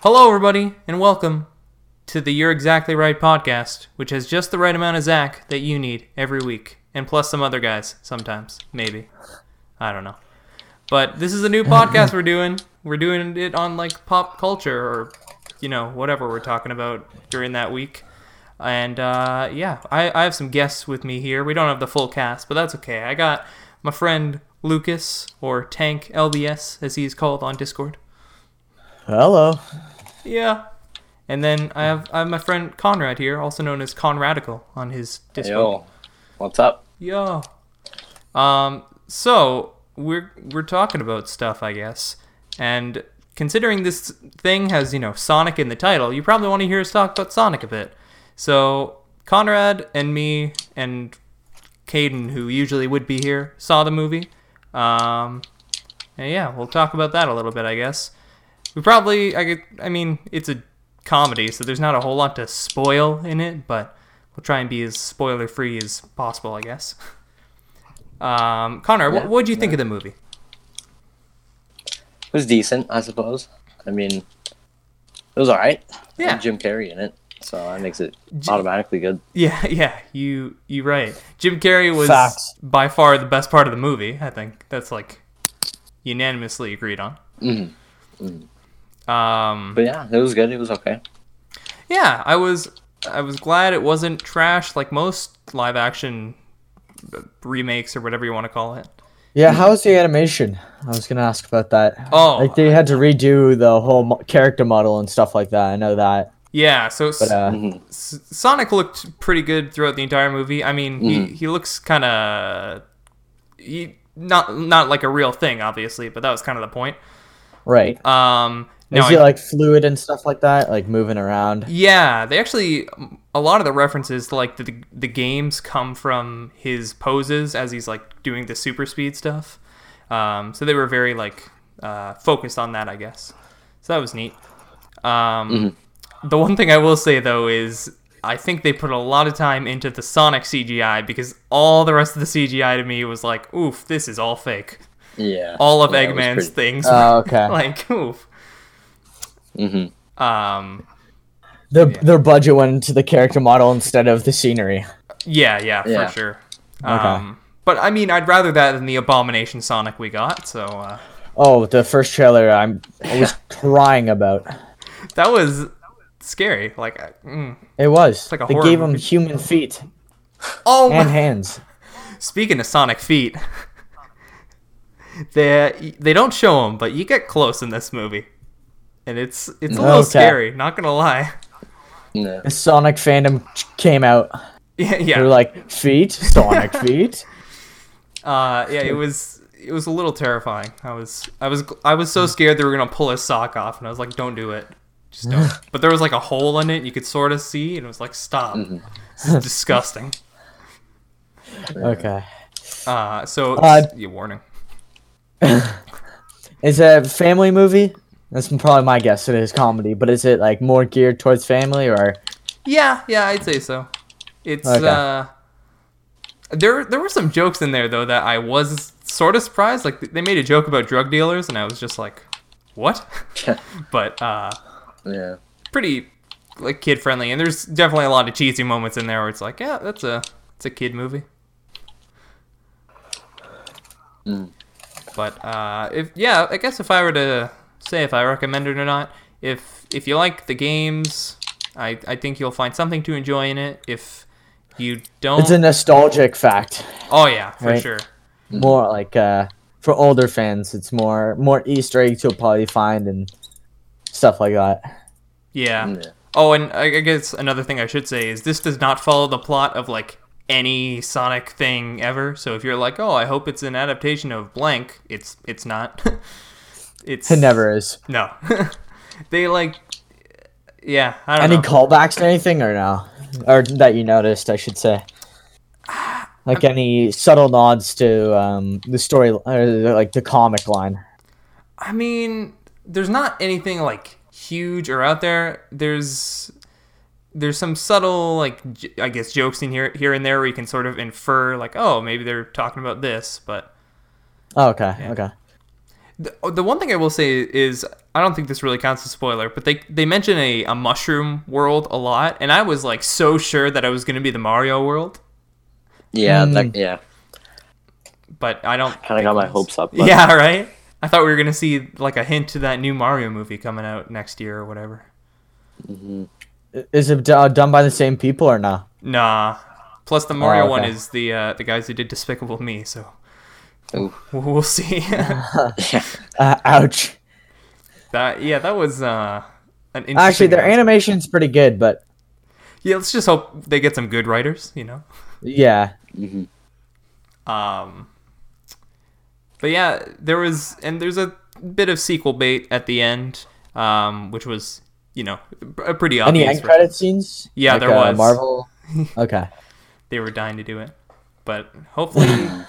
Hello, everybody, and welcome to the You're Exactly Right podcast, which has just the right amount of Zach that you need every week, and plus some other guys sometimes, maybe. I don't know. But this is a new podcast we're doing. We're doing it on like pop culture or, you know, whatever we're talking about during that week. And uh, yeah, I, I have some guests with me here. We don't have the full cast, but that's okay. I got my friend Lucas, or Tank LBS, as he's called on Discord. Hello. Yeah. And then I have I have my friend Conrad here, also known as Conradical, on his Discord. Yo, what's up? Yo. Um. So we're we're talking about stuff, I guess. And considering this thing has you know Sonic in the title, you probably want to hear us talk about Sonic a bit. So Conrad and me and Caden, who usually would be here, saw the movie. Um. And yeah, we'll talk about that a little bit, I guess. We probably, I could, I mean, it's a comedy, so there's not a whole lot to spoil in it, but we'll try and be as spoiler free as possible, I guess. Um, Connor, Yeah, what would you think of the movie? It was decent, I suppose. I mean, it was all right. Yeah. Had Jim Carrey in it, so that makes it J- automatically good. Yeah, yeah, you you right. Jim Carrey was Facts. by far the best part of the movie. I think that's like unanimously agreed on. Um, But yeah, it was good. It was okay. yeah, I was I was glad it wasn't trash like most live action remakes or whatever you want to call it. Yeah, how was the animation? I was gonna ask about that. Oh. like they had to redo the whole mo- character model and stuff like that. I know that, Yeah, so s- but uh, S- Sonic looked pretty good throughout the entire movie. I mean, Mm-hmm. he, he looks kind of he not not like a real thing, obviously, but that was kind of the point. right? Um, no, Is he I- like fluid and stuff like that? Like moving around? yeah, they actually a lot of the references to like the the games come from his poses as he's like doing the super speed stuff. Um, so they were very like uh, focused on that, I guess. So that was neat. Um, Mm-hmm. The one thing I will say though is I think they put a lot of time into the Sonic CGI because all the rest of the CGI to me was like, oof, this is all fake. Yeah. All of yeah, it was Eggman's pretty- Uh, things, Oh, okay. like oof. Mhm. Um, Their their budget went into the character model instead of the scenery. yeah, yeah, Yeah. for sure. Um, but I mean, I'd rather that than the abomination Sonic we got. So uh, Oh, the first trailer I'm I was crying about. that was scary. Like, I- mm. It was. like a they horror gave him movie. human feet oh, and my- hands. Speaking of Sonic feet, they they don't show them, but you get close in this movie, and it's it's a little Okay. scary. Not gonna lie. Yeah. The Sonic fandom came out. Yeah, yeah, They were like feet, Sonic feet. uh, yeah. It was it was a little terrifying. I was I was I was so scared they were gonna pull his sock off, and I was like, don't do it, just don't. but there was like a hole in it you could sort of see, and it was like, stop. This is disgusting. Okay. Uh, so Uh, yeah, warning. Is it a family movie? That's probably my guess. It is comedy, but is it like more geared towards family or? Yeah, yeah, I'd say so. It's Okay. uh there there were some jokes in there though that I was sort of surprised like they made a joke about drug dealers and I was just like what? but uh yeah. pretty like kid friendly and there's definitely a lot of cheesy moments in there where it's like yeah, that's a it's a kid movie. Mm. But uh if yeah, I guess if I were to say if I recommend it or not, if if you like the games, I I think you'll find something to enjoy in it. If you don't It's a nostalgic fact, Oh yeah, for Right. sure. more like uh, for older fans. It's more more Easter eggs you'll probably find and stuff like that. Yeah. Mm. Yeah. Oh, and I I guess another thing I should say is this does not follow the plot of like any Sonic thing ever. So if you're like, "Oh, I hope it's an adaptation of blank," it's it's not. it's It never is. No. they like yeah, I don't Any know. callbacks to anything or no, or that you noticed, I should say. Like any subtle nods to um, the story, or like the comic line. I mean, there's not anything like huge or out there. There's there's some subtle like j- I guess jokes in here here and there where you can sort of infer like, "Oh, maybe they're talking about this," but Oh, okay, okay. Oh, The, the one thing I will say is I don't think this really counts as a spoiler, but they they mention a, a mushroom world a lot, and I was like so sure that I was gonna be the Mario world, Yeah, Mm. that, yeah. but I don't. Kind of got my hopes up. but- Yeah, right. I thought we were gonna see like a hint to that new Mario movie coming out next year or whatever. Is it uh, done by the same people or not? Nah. Plus Oh, the Mario okay. one is the uh, the guys who did Despicable Me, so Ooh. we'll see. Uh, ouch. that yeah, that was uh, an interesting Actually, their one. animation's pretty good, but yeah. Let's just hope they get some good writers, you know. yeah, Um, but yeah, there was, and there's a bit of sequel bait at the end, um, which was, you know, a pretty obvious. any end re- credit scenes? Yeah, Like, there uh, was. Marvel. Okay. They were dying to do it, but hopefully,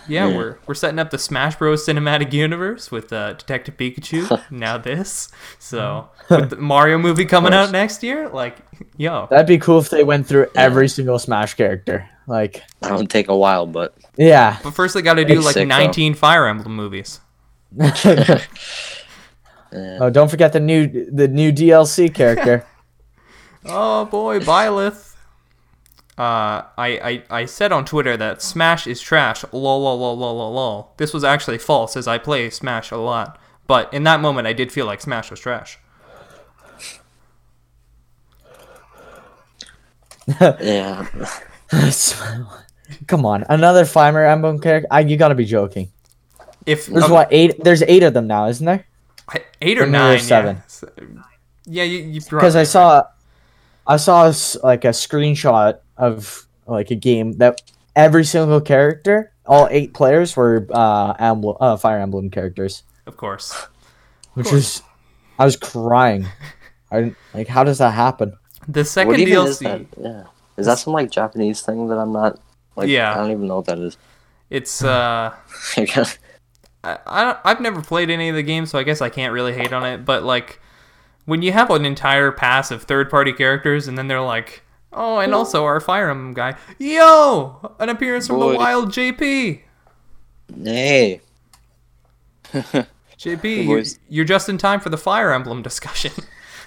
yeah, we're we're setting up the Smash Bros. cinematic universe with uh, Detective Pikachu. now this, so with the Mario movie coming out next year, like, yo, That'd be cool if they went through every single Smash character. Like, That'll take a while, but yeah. but first they got to do That's like sick, though. 19 Fire Emblem movies. Oh, don't forget the new the new DLC character. Oh boy, Byleth. Uh, I, I, I said on Twitter that Smash is trash. Lol, lol, lol, lol, lol, lol. This was actually false, as I play Smash a lot. But in that moment, I did feel like Smash was trash. yeah. Come on, another Fire Emblem character. I, you gotta be joking. If There's okay, what eight? There's eight of them now, isn't there? I- eight or Or maybe nine, there's seven. yeah. So- Yeah, you, you Because I saw, I saw s- like a screenshot of like a game that every single character, all eight players were uh, emblem, uh Fire Emblem characters, of course, which was, I was crying. I didn't, like, how does that happen? the second What even is that? DLC. Yeah. Is that some like Japanese thing that I'm not like Yeah. I don't even know what that is. It's uh. I, I don't- I've never played any of the games, so I guess I can't really hate on it. But like, when you have an entire pass of third-party characters, and then they're like, "Oh, and also our Fire Emblem guy, yo, an appearance from the Boy. wild JP, hey. JP, you, boys. you're just in time for the Fire Emblem discussion."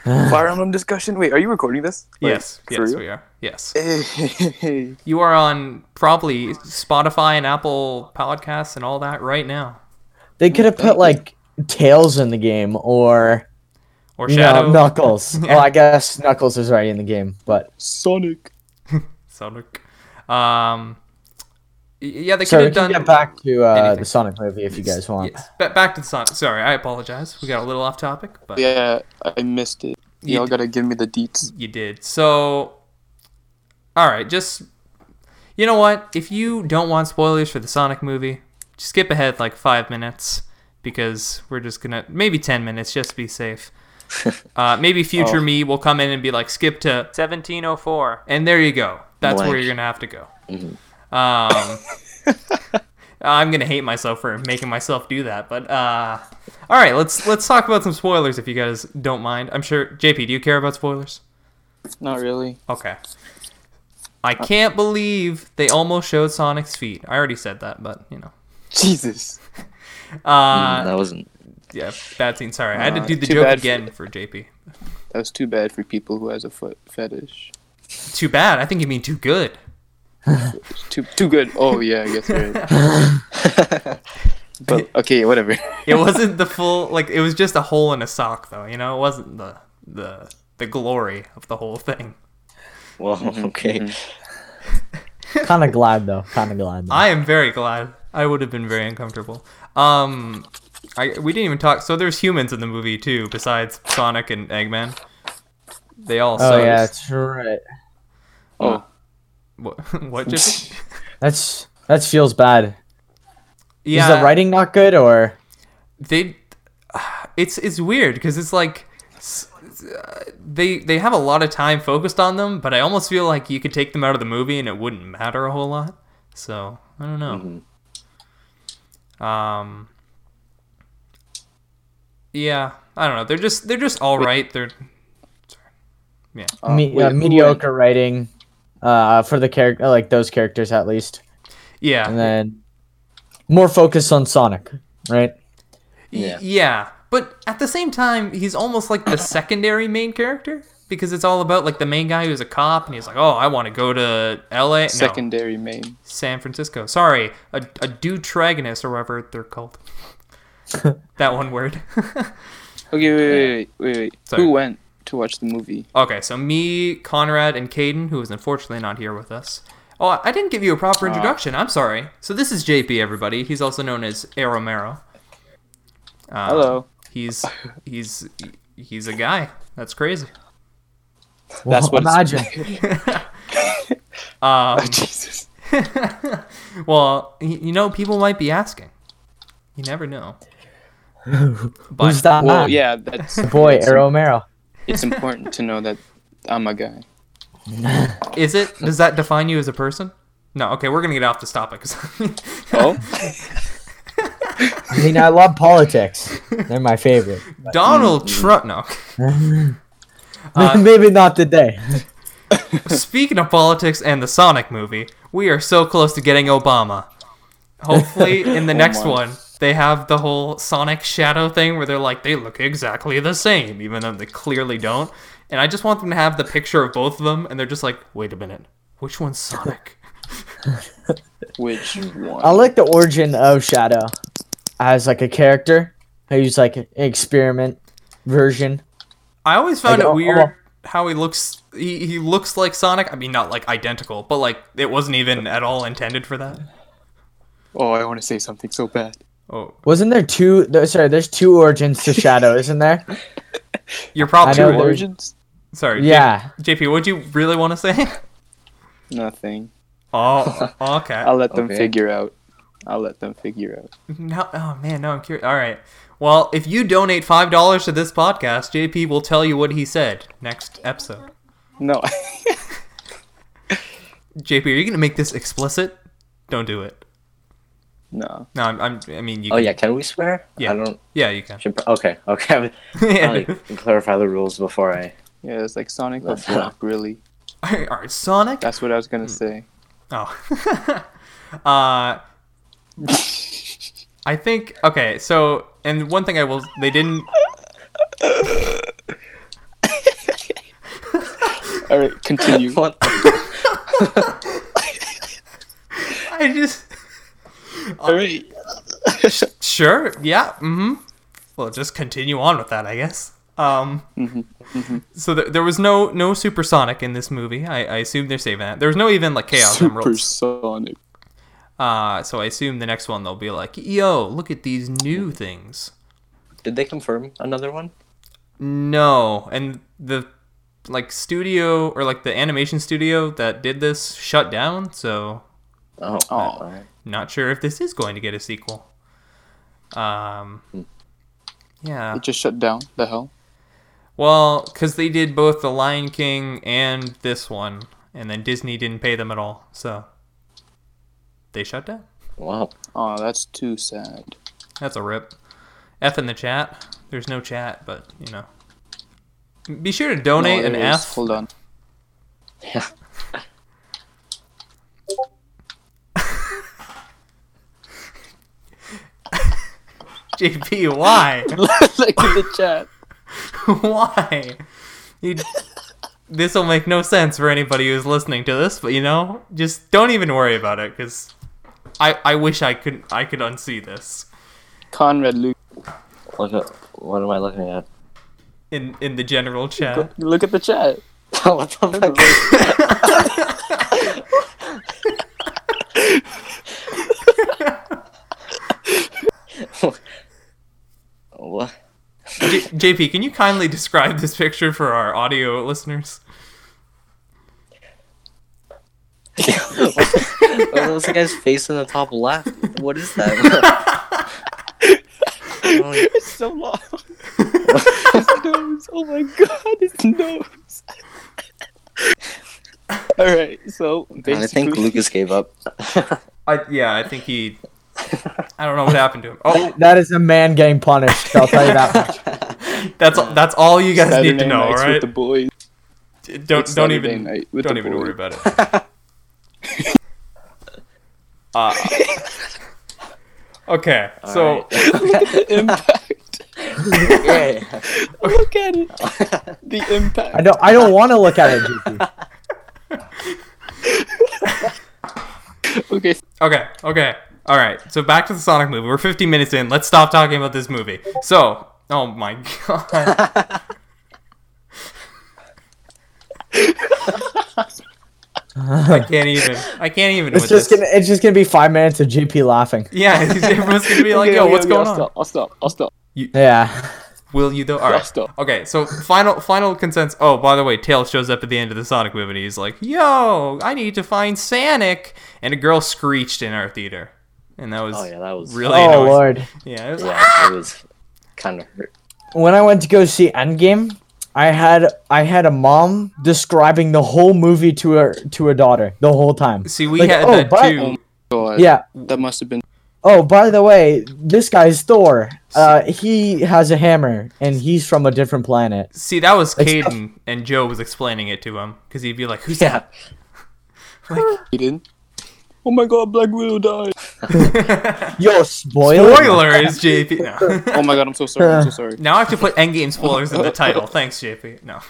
Fire Emblem discussion. Wait, are you recording this? Like, yes, for yes, real? we are. Yes, Hey. you are on probably Spotify and Apple Podcasts and all that right now, They could have put like tails in the game or or you Shadow. know Knuckles. Yeah. Well, I guess Knuckles is already in the game, but Sonic. Sonic. Um, y- yeah, they so could we have can done. get back to uh, anything. the Sonic movie if you guys want. Yes. Ba- back to the Sonic. Sorry, I apologize. We got a little off topic, but Yeah, I missed it. You Y'all d- gotta give me the deets. you did. So, all right, just you know what? If you don't want spoilers for the Sonic movie, just skip ahead like five minutes because we're just gonna maybe ten minutes just to be safe. Uh, maybe future me will come in and be like, skip to 1704, and there you go. That's where Blank. you're gonna have to go. Um, I'm gonna hate myself for making myself do that, but uh, all right, let's let's talk about some spoilers if you guys don't mind. I'm sure JP, do you care about spoilers? Not really. Okay. I can't believe they almost showed Sonic's feet. I already said that, but you know. Jesus. Uh, that wasn't yeah, bad scene. Sorry, I had to Hmm. Uh, do the too joke bad for- again for JP. That was too bad for people who has a foot fetish. Too bad. I think you mean too good. Too too good. Oh yeah, I guess you're right. but okay, whatever. It wasn't the full like. It was just a hole in a sock, though. You know, it wasn't the the the glory of the whole thing. well okay. kind of glad though. Kind of glad. Though. I am very glad. I would have been very uncomfortable. Um, I we didn't even talk. So there's humans in the movie too, besides Sonic and Eggman. They all. oh suck. yeah, that's right. Oh. What? what just? That's that feels bad. Yeah. Is the writing not good or? they it's it's weird because it's like s- uh, they they have a lot of time focused on them but i almost feel like you could take them out of the movie and it wouldn't matter a whole lot so i don't know um yeah i don't know they're just they're just all right they're Uh, me- wait, uh, who mediocre writing uh, for the character, like those characters at least, yeah and then more focus on Sonic, right? Y- Yeah. yeah But at the same time, he's almost like the secondary main character because it's all about like the main guy who's a cop and he's like, "Oh, I want to go to L.A." no, Secondary main. San Francisco. Sorry, a a deuteragonist or whatever they're called. that one word. Okay, wait, wait, wait, wait. wait. Sorry. Who went to watch the movie? okay, so me, Conrad, and Caden, who is unfortunately not here with us. Oh, I didn't give you a proper introduction. I'm sorry. So this is JP, everybody. He's also known as Aromero. Uh, Hello. He's he's he's a guy. That's crazy. That's what it's- imagine. Um, Oh, Jesus. well, y- you know, people might be asking. You never know. But Who's that Well, man? yeah, that's Boy, it's, Arrow Mero. It's important to know that I'm a guy. Is it? Does that define you as a person? No. Okay, we're gonna get off this topic. Oh, I mean, I love politics. They're my favorite. Donald Trump. No. Uh, Maybe not today. Speaking of politics and the Sonic movie, we are so close to getting Obama. Hopefully, in the Oh next my. one, they have the whole Sonic Shadow thing where they're like, they look exactly the same, even though they clearly don't. And I just want them to have the picture of both of them, and they're just like, wait a minute, which one's Sonic? which one? I like the origin of Shadow as like a character. I use like an experiment version. I always found it Like, oh, weird oh. how he looks. He, he looks like Sonic. I mean, not like identical, but like it wasn't even at all intended for that. Oh, I want to say something so bad. Oh, Wasn't there two? th- Sorry, there's two origins to Shadow, isn't there? you're probably I know right. there- Origins? sorry. J- Yeah. JP, what'd you really want to say? Nothing. Oh, okay. I'll let them Okay. figure out. I'll let them figure out. Now, oh man, no, I'm curious. All right. Well, if you donate five dollars to this podcast, JP will tell you what he said next episode. No. JP, are you gonna make this explicit? Don't do it. no. No, I'm. I'm I mean, you. Oh can- yeah, can we swear? Yeah. I don't. Yeah, you can. Should, pro- okay, okay. I would- I'll Yeah. like, clarify the rules before I. Yeah, it's like Sonic the That's- Block, really. Oh, All right, all right, Sonic. That's what I was going to say. Oh. uh, I think okay. So, and one thing I will they didn't. All right, continue. What? I just All right. sure. Yeah. Mm-hmm. Well, just continue on with that, I guess. Um. So th- there was no no supersonic in this movie. I, I assume they're saving that. There was no even like chaos emeralds. Supersonic. Uh. So I assume the next one they'll be like, yo, look at these new things. Did they confirm another one? No, and the like studio or like the animation studio that did this shut down, so Oh. Oh. alright. not sure if this is going to get a sequel. Um Yeah. It just shut down. The hell? Well, cuz they did both The Lion King and this one, and then Disney didn't pay them at all. So they shut down. Wow. Oh, that's too sad. That's a rip. F in the chat. There's no chat, but you know. Be sure to No, donate an there is. F. Hold on. JP, why? Look in the chat. Why? You, this will make no sense for anybody who's listening to this, but you know, just don't even worry about it because I, I wish I could I could unsee this Conrad Luke. Look at what am I looking at? in in the general chat. Look at the chat. what the fuck? what? J- JP, can you kindly describe this picture for our audio listeners? Oh, this guy's face in the top left. What is that? Oh, It's so long. his nose. Oh my god, his nose. All right, so basically, I think Lucas gave up. I yeah, I think he. I don't know what happened to him. Oh, That is a man getting punished. I'll tell you that. much. that's that's all you guys Saturday need to know. All nights right, With the boys. don't It's don't Saturday even night with don't the even boys. worry about it. uh, okay, so Alright. Impact. yeah. Look at it. The impact. I don't. I don't want to look at it. GP. Okay. Okay, okay. All right. So back to the Sonic movie. We're 50 minutes in. Let's stop talking about this movie. So, oh my god. I can't even. I can't even It's with just this. gonna. It's just gonna be five minutes of GP laughing. Yeah, everyone's going to be like, Okay, "Yo, okay, what's okay, going I'll on?" Stop, I'll stop. I'll stop. Yeah. Will you though? All right. stop. Okay. So final final consents. Oh, by the way, Tails shows up at the end of the Sonic movie. and He's like, "Yo, I need to find Sonic," and a girl screeched in our theater, and that was Oh yeah, that was really Oh annoying. lord. Yeah. It was, Yeah, it was kind of hurt. When I went to go see Endgame, I had I had a mom describing the whole movie to her to her daughter the whole time. See, we Like, had oh, that but- too. God. Yeah. That must have been. Oh, by the way, this guy's Thor. Uh, he has a hammer, and he's from a different planet. See, that was Like, stuff- Caden, and Joe was explaining it to him because he'd be like, "Who's Yeah. He didn't. Oh my god, Black Widow died. that?" Yo, spoiler! Spoilers, JP. No. Oh my god, I'm so sorry. I'm so sorry. now I have to put Endgame spoilers in the title. Thanks, JP. No,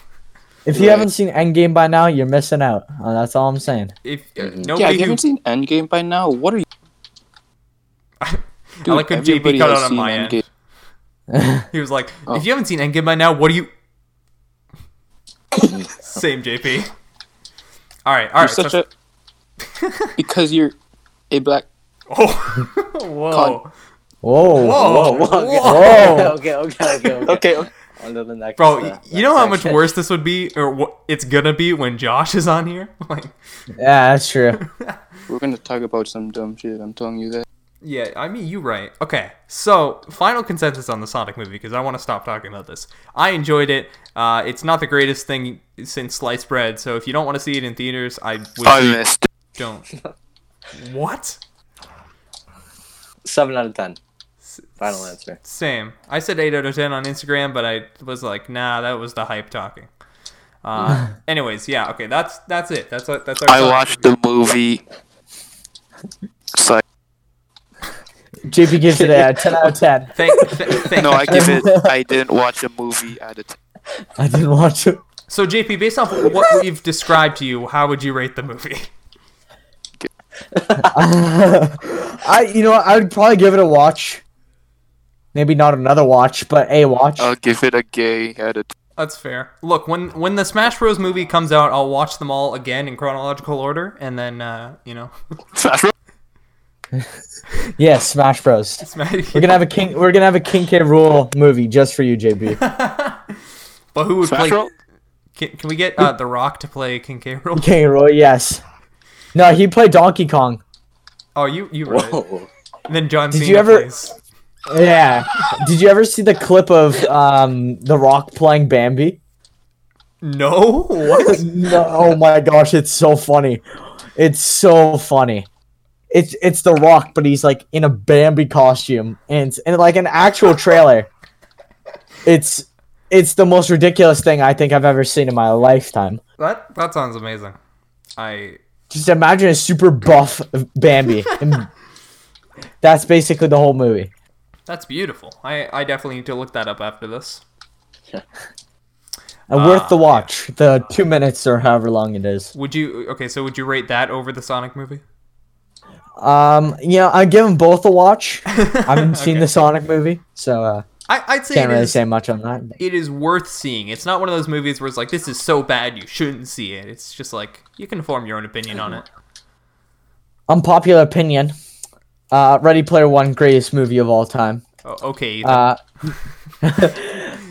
If you haven't seen Endgame by now, you're missing out. Uh, that's all I'm saying. if uh, Mhm. Yeah, nobody you who haven't seen Endgame by now. What are you? I like when JP everybody cut has out on seen my end. Endgame. He was like, Oh. if you haven't seen Endgame by now, what do you? Same JP. All right, all You're right. such so- a because you're a black. Oh, whoa, Whoa! whoa, Whoa, whoa, okay. whoa. Whoa. okay, okay, okay, okay. okay. On to the next, bro. uh, y- you know how next much section. worse this would be, or what it's gonna be when Josh is on here. Like, Yeah, that's true. We're gonna talk about some dumb shit. I'm telling you that. yeah, I mean, you right. Okay, so final consensus on the Sonic movie because I want to stop talking about this. I enjoyed it. Uh, it's not the greatest thing since sliced bread, so if you don't want to see it in theaters, I wish you don't. what? Seven out of ten. Final answer. Same. I said 8 out of 10 on Instagram, but I was like, nah, that was the hype talking. Uh, anyways, yeah, okay, that's that's it. That's our- that's our. I time. watched the movie. Psych. JP gives it a 10 out of 10. Thank, th- thank No, I give it. I didn't watch a movie at a time. I didn't watch it. So JP, based off what we've described to you, how would you rate the movie? I, you know, what, I would probably give it a watch. Maybe not another watch, but a watch. I'll give it a gay at a. T- That's fair. Look, when when the Smash Bros movie comes out, I'll watch them all again in chronological order, and then uh, you know, Yes, Smash Bros. Smash. We're gonna have a king. We're gonna have a King K. Rule movie just for you, JP. But who would Smash play? Roll? Can, can we get uh, The Rock to play King K. Rool? King K. Rule, yes. No, he played Donkey Kong. Oh, you you right. Whoa. And then John Cena Did you ever- plays. Yeah. Did you ever see the clip of um The Rock playing Bambi? No, what? No, oh my gosh, it's so funny. It's so funny. It's it's The Rock, but he's like in a Bambi costume and and like an actual trailer. It's it's the most ridiculous thing I think I've ever seen in my lifetime. That that sounds amazing. I Just imagine a super buff Bambi. And that's basically the whole movie. that's beautiful. I I definitely need to look that up after this. And Ah, worth the watch. The two minutes or however long it is. Would you okay? So would you rate that over the Sonic movie? Um, you know, I give them both a watch. I haven't seen Okay. the Sonic movie, so uh, I I'd say can't it really is, say much on that. it is worth seeing. It's not one of those movies where it's like this is so bad you shouldn't see it. It's just like you can form your own opinion on it. Unpopular opinion. Uh, Ready Player One, greatest movie of all time. Oh, okay, Ethan. Uh,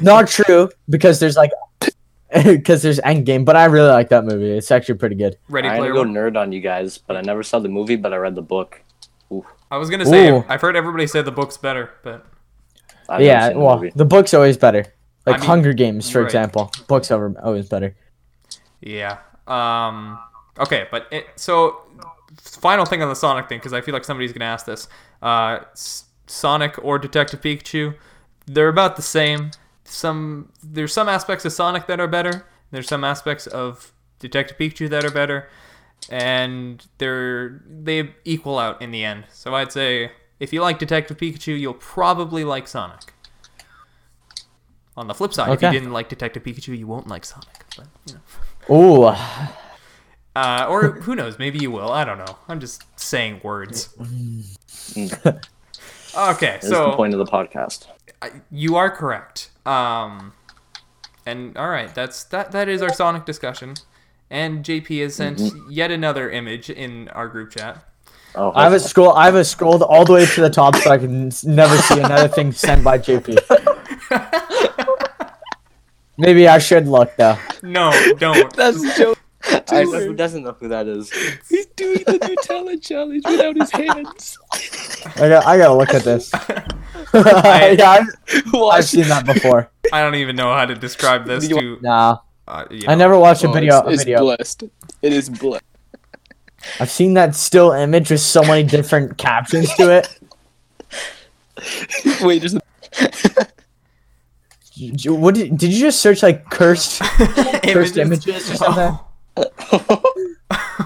not true because there's like because there's Endgame, but I really like that movie. It's actually pretty good. Ready I'm Player gonna go One. nerd on you guys, but I never saw the movie, but I read the book. I was gonna say Ooh. I've heard everybody say the book's better, but I've never yeah, seen the well, movie. the book's always better. Like mean- Hunger Games, for right. example, books are always better. yeah. Um. Okay, but it, so final thing on the Sonic thing because I feel like somebody's gonna ask this. Uh, S- Sonic or Detective Pikachu, they're about the same. Some there's some aspects of Sonic that are better. There's some aspects of Detective Pikachu that are better, and they're they equal out in the end. So I'd say if you like Detective Pikachu, you'll probably like Sonic. On the flip side, if Okay. you didn't like Detective Pikachu, you won't like Sonic. But, you know. Ooh, uh, or who knows? Maybe you will. I don't know. I'm just saying words. okay, That's the so point of the podcast. I- you are correct. Um, and all right, that's that. That is our Sonic discussion. And JP has sent yet another image in our group chat. Oh, I haven't scroll. I haven't scrolled all the way to the top, so I can s- never see another thing sent by JP. Maybe I should look though. No, don't. That's Joe. I, do who it. doesn't know who that is? He's doing the Nutella challenge without his hands. I got. I gotta look at this. I- yeah, I've, I've Watch. seen that before. I don't even know how to describe this. You- To Nah, uh, you I know. never watched a Oh, video. It's, a it's video. blessed. It is blessed. I've seen that still image with so many different captions to it. Wait, just J- What did, did you just search like cursed? Cursed images or something?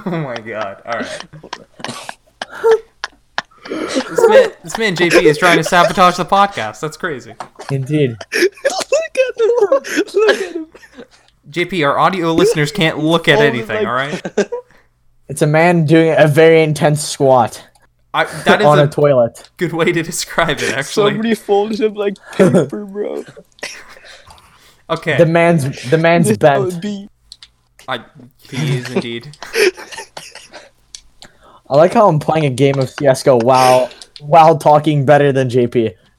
Oh my god! All right. this, man, this man JP is trying to sabotage the podcast. That's crazy. Indeed. look at him. Look at him. JP, our audio listeners can't look at Oh, anything. like- All right. It's a man doing a very intense squat I, that is on a, a toilet. good way to describe it, actually. Somebody folded him like paper, bro. Okay. The man's the man's That would bent. be- I, he is indeed. I like how I'm playing a game of CS:GO while while talking better than JP.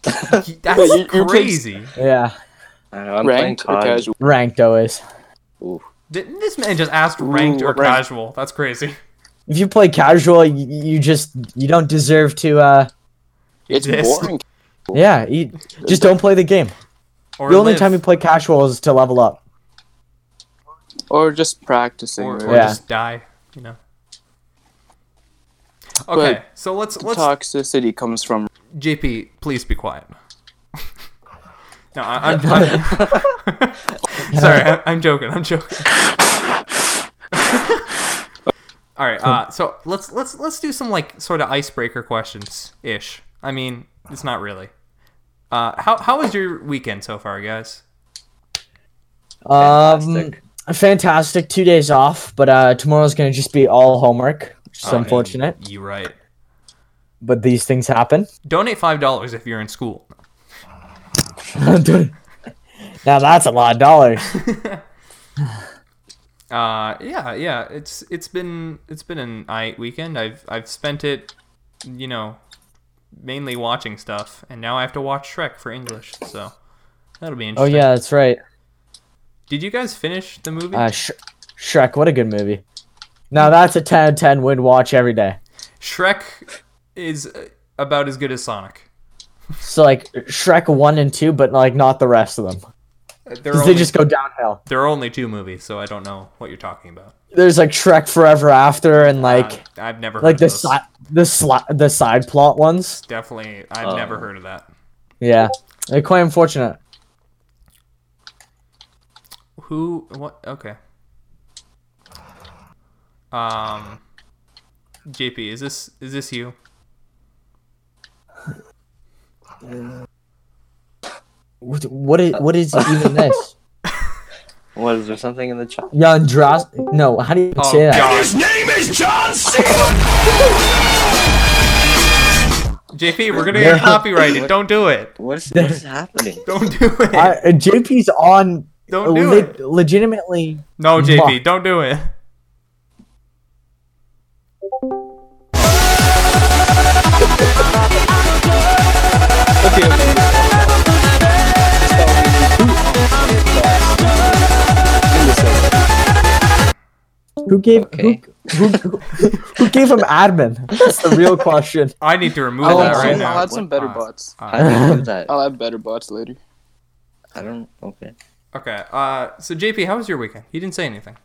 He- That's Wait, you- you're crazy. yeah, I know, I'm playing ranked or COD. casual? ranked always. Ooh. Th- This man just asked ranked Ooh, or ranked. casual. That's crazy. If you play casual, you, you just you don't deserve to. uh It's Yes. boring. Yeah, you, just don't play the game. Or The only live. time you play casual is to level up. Or just practicing. or, right? or Yeah. just die, you know. Okay, so let's let's Toxicity comes from. JP, please be quiet. no, I, I'm, I'm sorry. I, I'm joking. I'm joking. All right. Uh, so let's let's let's do some like sort of icebreaker questions ish. I mean, it's not really. Uh, how how was your weekend so far, guys? Um, fantastic. Two days off, but uh, tomorrow's gonna just be all homework, which is Oh, man. unfortunate. You right. But these things happen. Donate five dollars if you're in school. now that's a lot of dollars. Uh, yeah, yeah. It's it's been it's been an I weekend. I've I've spent it, you know, mainly watching stuff, and now I have to watch Shrek for English. So that'll be Oh interesting. yeah, that's right. Did you guys finish the movie? Uh, Sh- Shrek, what a good movie. Now that's a 10 out of 10 would watch every day. Shrek is uh, about as good as Sonic. So like Shrek one and two, but like not the rest of them. Uh, There 'Cause are, they only, just go downhill. there are only two movies, so I don't know what you're talking about. There's like Shrek Forever After and like Uh, I've never heard like of the those. si- the sli- the side plot ones. Definitely, I've Oh. never heard of that. Yeah, they're quite unfortunate. Who? What? Okay. Um, JP, is this is this you? What what is what is even this? What is there something in the chat? Jan Dras- No, how do you Oh say that? God! His name is John Cena. JP, we're gonna get Yeah. copyrighted. Don't do it. What is, what is happening? Don't do it. I, uh, JP's on don't do le- it. legitimately. No, JP, Fuck. don't do it. Okay. okay. Who gave Okay. who, who, who, who gave him admin? That's the real question. I need to remove I'll, that add right some, now. I'll add some better Uh, bots. How did you do that? I'll add better bots later. I don't. Okay. Okay. Uh, so JP, how was your weekend? You didn't say anything.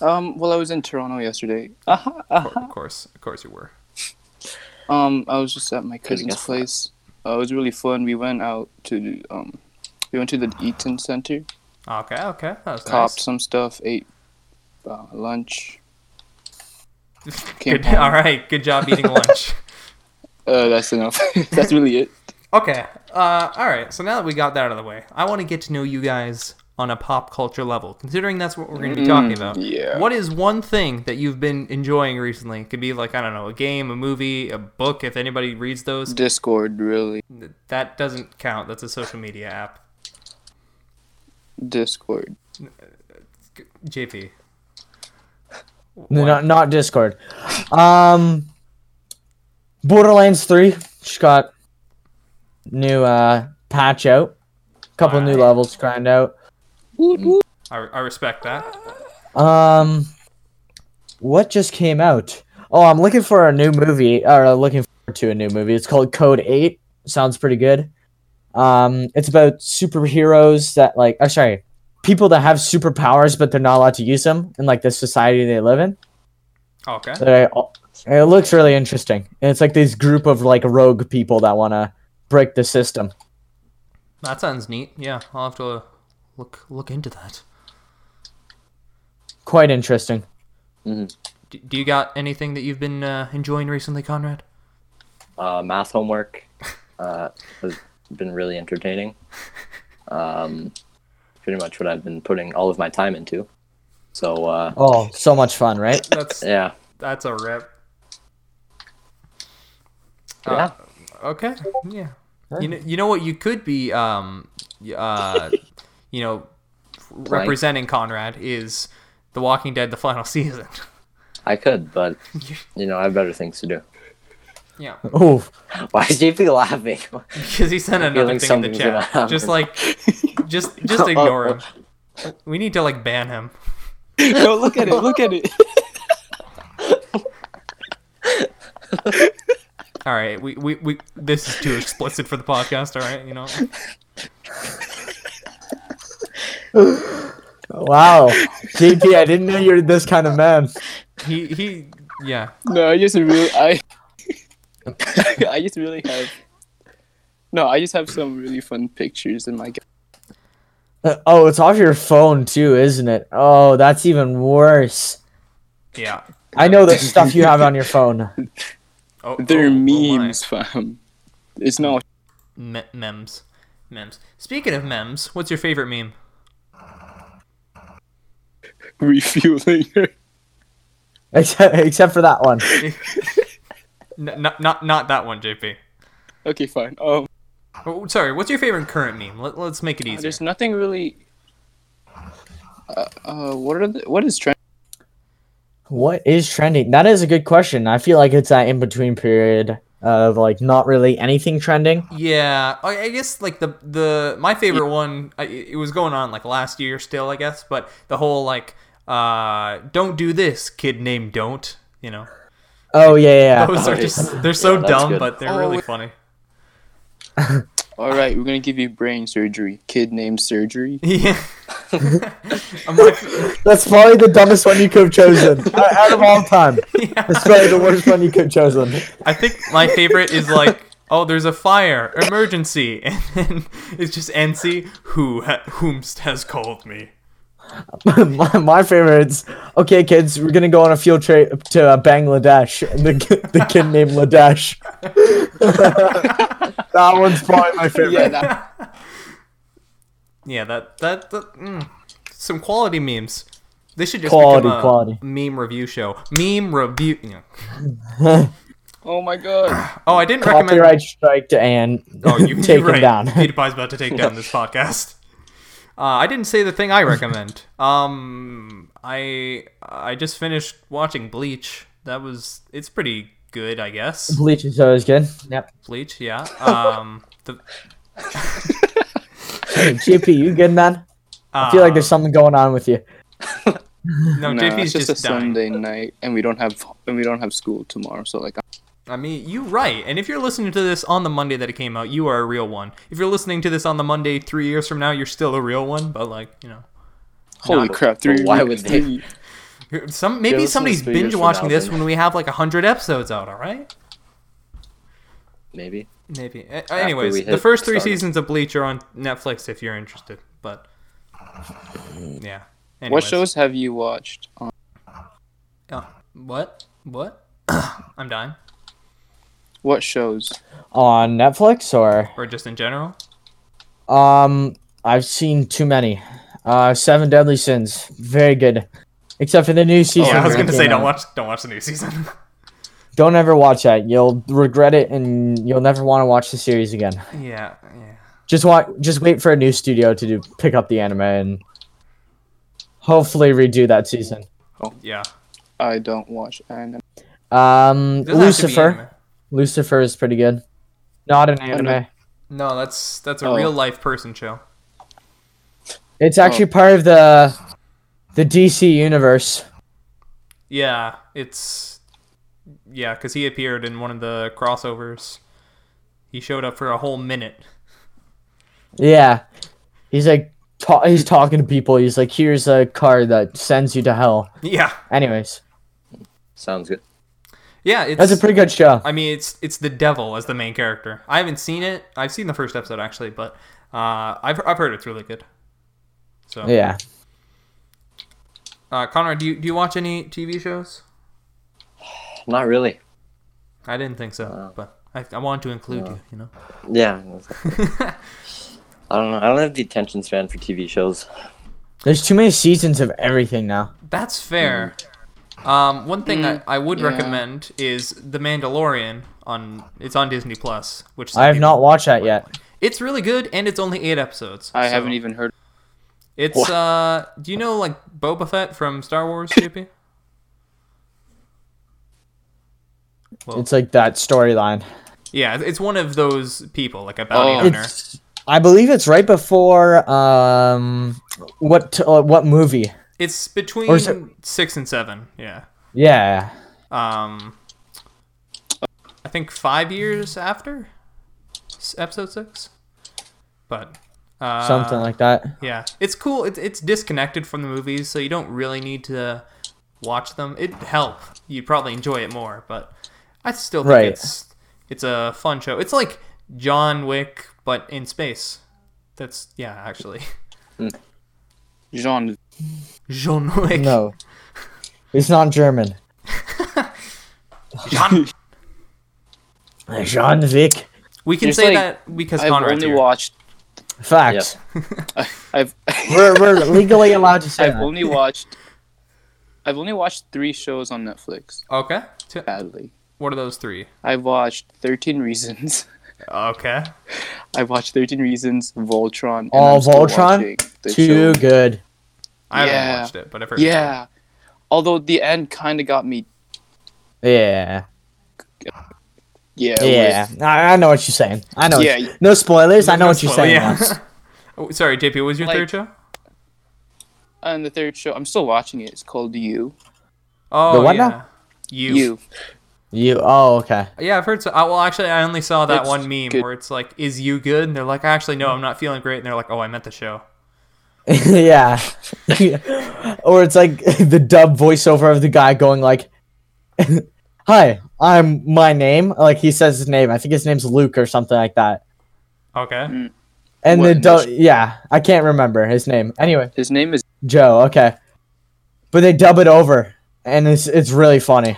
Um, well, I was in Toronto yesterday. Uh-huh, uh-huh. Of course, of course you were. Um, I was just at my cousin's guessed that. place. Uh, it was really fun. We went out to um, we went to the Eaton Center, Okay. Okay. That was copped nice. some stuff, ate uh, lunch. Came Good, home. all right. Good job eating lunch. Uh, that's enough. that's really it. Okay. Uh, all right. So now that we got that out of the way, I want to get to know you guys on a pop culture level. Considering that's what we're going to be talking about. yeah. What is one thing that you've been enjoying recently? It could be like I don't know, a game, a movie, a book. If anybody reads those, Discord, really. Th- that doesn't count. That's a social media app. Discord. JP. No, not, not Discord. Um, Borderlands Three just got new uh patch out, couple new Alright. levels grind out. I, I respect that. Um, what just came out? Oh, I'm looking for a new movie, or looking forward to a new movie. It's called Code Eight. Sounds pretty good. Um, it's about superheroes that like, oh, sorry, people that have superpowers but they're not allowed to use them in like the society they live in. Okay. They all- it looks really interesting. And it's like this group of like rogue people that want to break the system. That sounds neat. Yeah, I'll have to look look into that. Quite interesting. Do, do you got anything that you've been uh, enjoying recently, Conrad? Uh, math homework uh, has been really entertaining. Um, pretty much what I've been putting all of my time into. So uh, Oh, so much fun, right? That's yeah, that's a rip. Uh. yeah. Okay. Yeah. You know, you know what you could be um y- uh you know representing Conrad is The Walking Dead the final season. I could, but you know, I have better things to do. yeah. Oh, Why is JP laughing? Because he sent another like thing in the something's gonna chat. Just happen. like just just ignore him. We need to like ban him. no, look at it. Look at it. All right, we, we, we this is too explicit for the podcast. All right, you know. wow. JP, I didn't know you're this kind of man. He he yeah. No, I just really I I just really have No, I just have some really fun pictures in my ga- Uh, Oh, it's off your phone too, isn't it? Oh, that's even worse. Yeah. I know the stuff you have on your phone. Oh, They're oh, oh my. memes, fam. It's not Me- memes. Memes. Speaking of memes, what's your favorite meme? refueling. Except, except for that one. N- not not not that one, JP. okay, fine. Um Oh, sorry, what's your favorite current meme? Let, let's make Uh, it easier. there's nothing really uh, uh what are the what is trend What is trending? That is a good question. I feel like it's that in between period of like not really anything trending. Yeah, I, I guess like the the my favorite one. I, it was going on like last year still, I guess. But the whole like, uh, don't do this, kid named don't. You know, Oh, yeah, yeah, yeah. those are yeah. just they're so Yeah, that's dumb, good. but they're Oh, really wait. funny. All right, we're going to give you brain surgery. Kid named surgery. Yeah. my, That's probably the dumbest one you could have chosen out out of all time. That's probably the worst one you could have chosen. I think my favorite is like, oh, there's a fire, emergency, and then it's just NC who ha- whomst has called me. my, my favorites. Okay, kids, we're gonna go on a field trip to uh, Bangladesh, and the ki- the kid named Ladesh. that one's probably my favorite. yeah, that, Yeah, that that, that mm, some quality memes. They should just Quality, become a quality. meme review show. Meme review. yeah. oh my god. Oh, I didn't recommend. Copyright strike to Anne. Oh, you take you're him right. down. PewDiePie's about to take down this podcast. Uh, I didn't say the thing I recommend. Um, I I just finished watching Bleach. That was it's pretty good, I guess. Bleach is always good. Yep. Bleach, yeah. Um, the, Hey, JP, you good man? uh, I feel like there's something going on with you. no. Nah, JP's it's just, just, a dying. Sunday night and we don't have and we don't have school tomorrow, so like I mean, you right. And if you're listening to this on the Monday that it came out, you are a real one. If you're listening to this on the Monday three years from now, you're still a real one. But like, you know, holy crap, 3 why would they- three- some maybe listening somebody's three years binge from watching now, this then. when we have like hundred episodes out. All right. Maybe. Maybe. A- anyways, we the hit first three start. seasons of Bleach are on Netflix if you're interested. But yeah. What Anyways. Oh, shows have you watched? Um, Uh, what? What? I'm dying. What shows? on Netflix or or just in general? um I've seen too many. Uh Seven Deadly Sins. Very good. Except for the new season. yeah, Oh, I was that gonna say came don't out. watch don't watch the new season. Don't ever watch that. You'll regret it and you'll never want to watch the series again. yeah, yeah. Just want just wait for a new studio to do pick up the anime and hopefully redo that season. Yeah. I don't watch anime. Um It doesn't have to be Lucifer. anime. Lucifer is pretty good. Not an anime. know. No, that's that's a Oh. real life person show. It's actually part of the the DC universe. Yeah, it's yeah, because he appeared in one of the crossovers. He showed up for a whole minute. Yeah, he's like ta- he's talking to people. He's like, here's a card that sends you to hell. Yeah, Anyways, Sounds good. yeah. It's that's a pretty good show. I mean, it's it's the devil as the main character. I haven't seen it. I've seen the first episode actually, but uh, I've I've heard it's really good. So, Yeah, uh, Conrad, do you do you watch any TV shows? Not really. I didn't think so, Uh, but I, I wanted to include you. You know. Yeah. I don't know. I don't have the attention span for TV shows. there's too many seasons of everything now. That's fair. Um, one thing I, I would Hmm. yeah. recommend is The Mandalorian on it's on Disney Plus, which some I have people- not watched that yet. It's really good, and it's only eight episodes. I so- haven't even heard. It's What? uh, do you know like Boba Fett from Star Wars, JP? Well, It's like that storyline. yeah, it's one of those people, like a bounty Oh. hunter. It's I believe it's right before um what uh, what movie? It's between Or is it- six and seven. Yeah. Yeah, Um, I think five years after s- episode six, but uh, something like that. Yeah, it's cool. It's it's disconnected from the movies, so you don't really need to watch them. It'd help. You'd probably enjoy it more, but I still think Right. it's it's a fun show. It's like John Wick, but in space. That's yeah, actually. Jean. John Wick. No, it's not German. John- Jean Vic. We can Just say like, that because I've Conrad's only here. watched. Facts. I've. We're, we're legally allowed to say I've that. only watched. I've only watched three shows on Netflix. Okay. T- Badly. What are those three? I've watched Thirteen Reasons. Okay. I've watched Thirteen Reasons, Voltron. and Oh, I'm still Voltron? watching the Too show. good. I haven't Yeah. watched it, but I've heard. Yeah. Although the end kind of got me. Yeah. Yeah. Yeah. with- I, I know what you're saying. I know. Yeah, Yeah. no spoilers. I know what you're saying. now. Yeah. Oh, Sorry, JP. What was your Like- third show? And the third show, I'm still watching it. It's called You. Oh, what yeah. now? You. You. You. Oh, okay. Yeah, I've heard so. I, well, actually, I only saw that It's one meme good. where it's like, "Is you good?" And they're like, "Actually, no, I'm not feeling great." And they're like, "Oh, I meant the show." yeah. or it's like the dub voiceover of the guy going like, "Hi, I'm my name." Like he says his name. I think his name's Luke or something like that. Okay. And What, the in dub. this- Yeah, I can't remember his name. Anyway, His name is. Joe. Okay. But they dub it over, and it's it's really funny.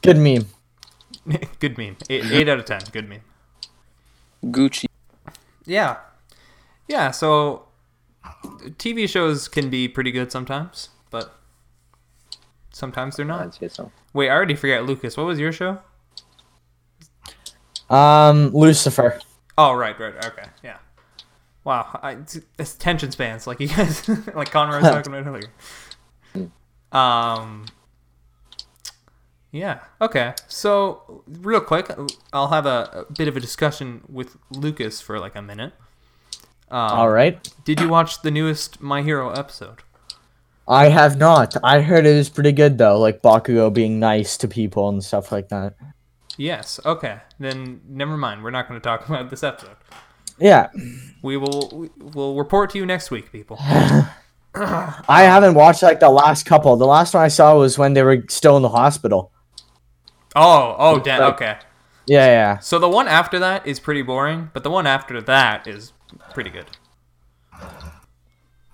Good meme. Mm. good meme. Eight, eight out of ten. Good meme. Gucci. Yeah. Yeah. So, TV shows can be pretty good sometimes, but sometimes they're I'd not. say so. Wait, I already forgot Lucas. What was your show? Um, Lucifer. Oh, right, right. Okay. Yeah. Wow. I, it's tension spans, like you guys, like Conrad was talking about earlier. Um. Yeah. Okay. So, real quick, I'll have a, a bit of a discussion with Lucas for like a minute. Um, All right. Did you watch the newest My Hero episode? I have not. I heard it is pretty good though, like Bakugo being nice to people and stuff like that. Yes. Okay. Then never mind. We're not going to talk about this episode. Yeah, We will. We, we'll report to you next week, people. I haven't watched like the last couple. The last one I saw was when they were still in the hospital. Oh. Oh. Da- okay. Yeah, yeah. So the one after that is pretty boring, but the one after that is pretty good.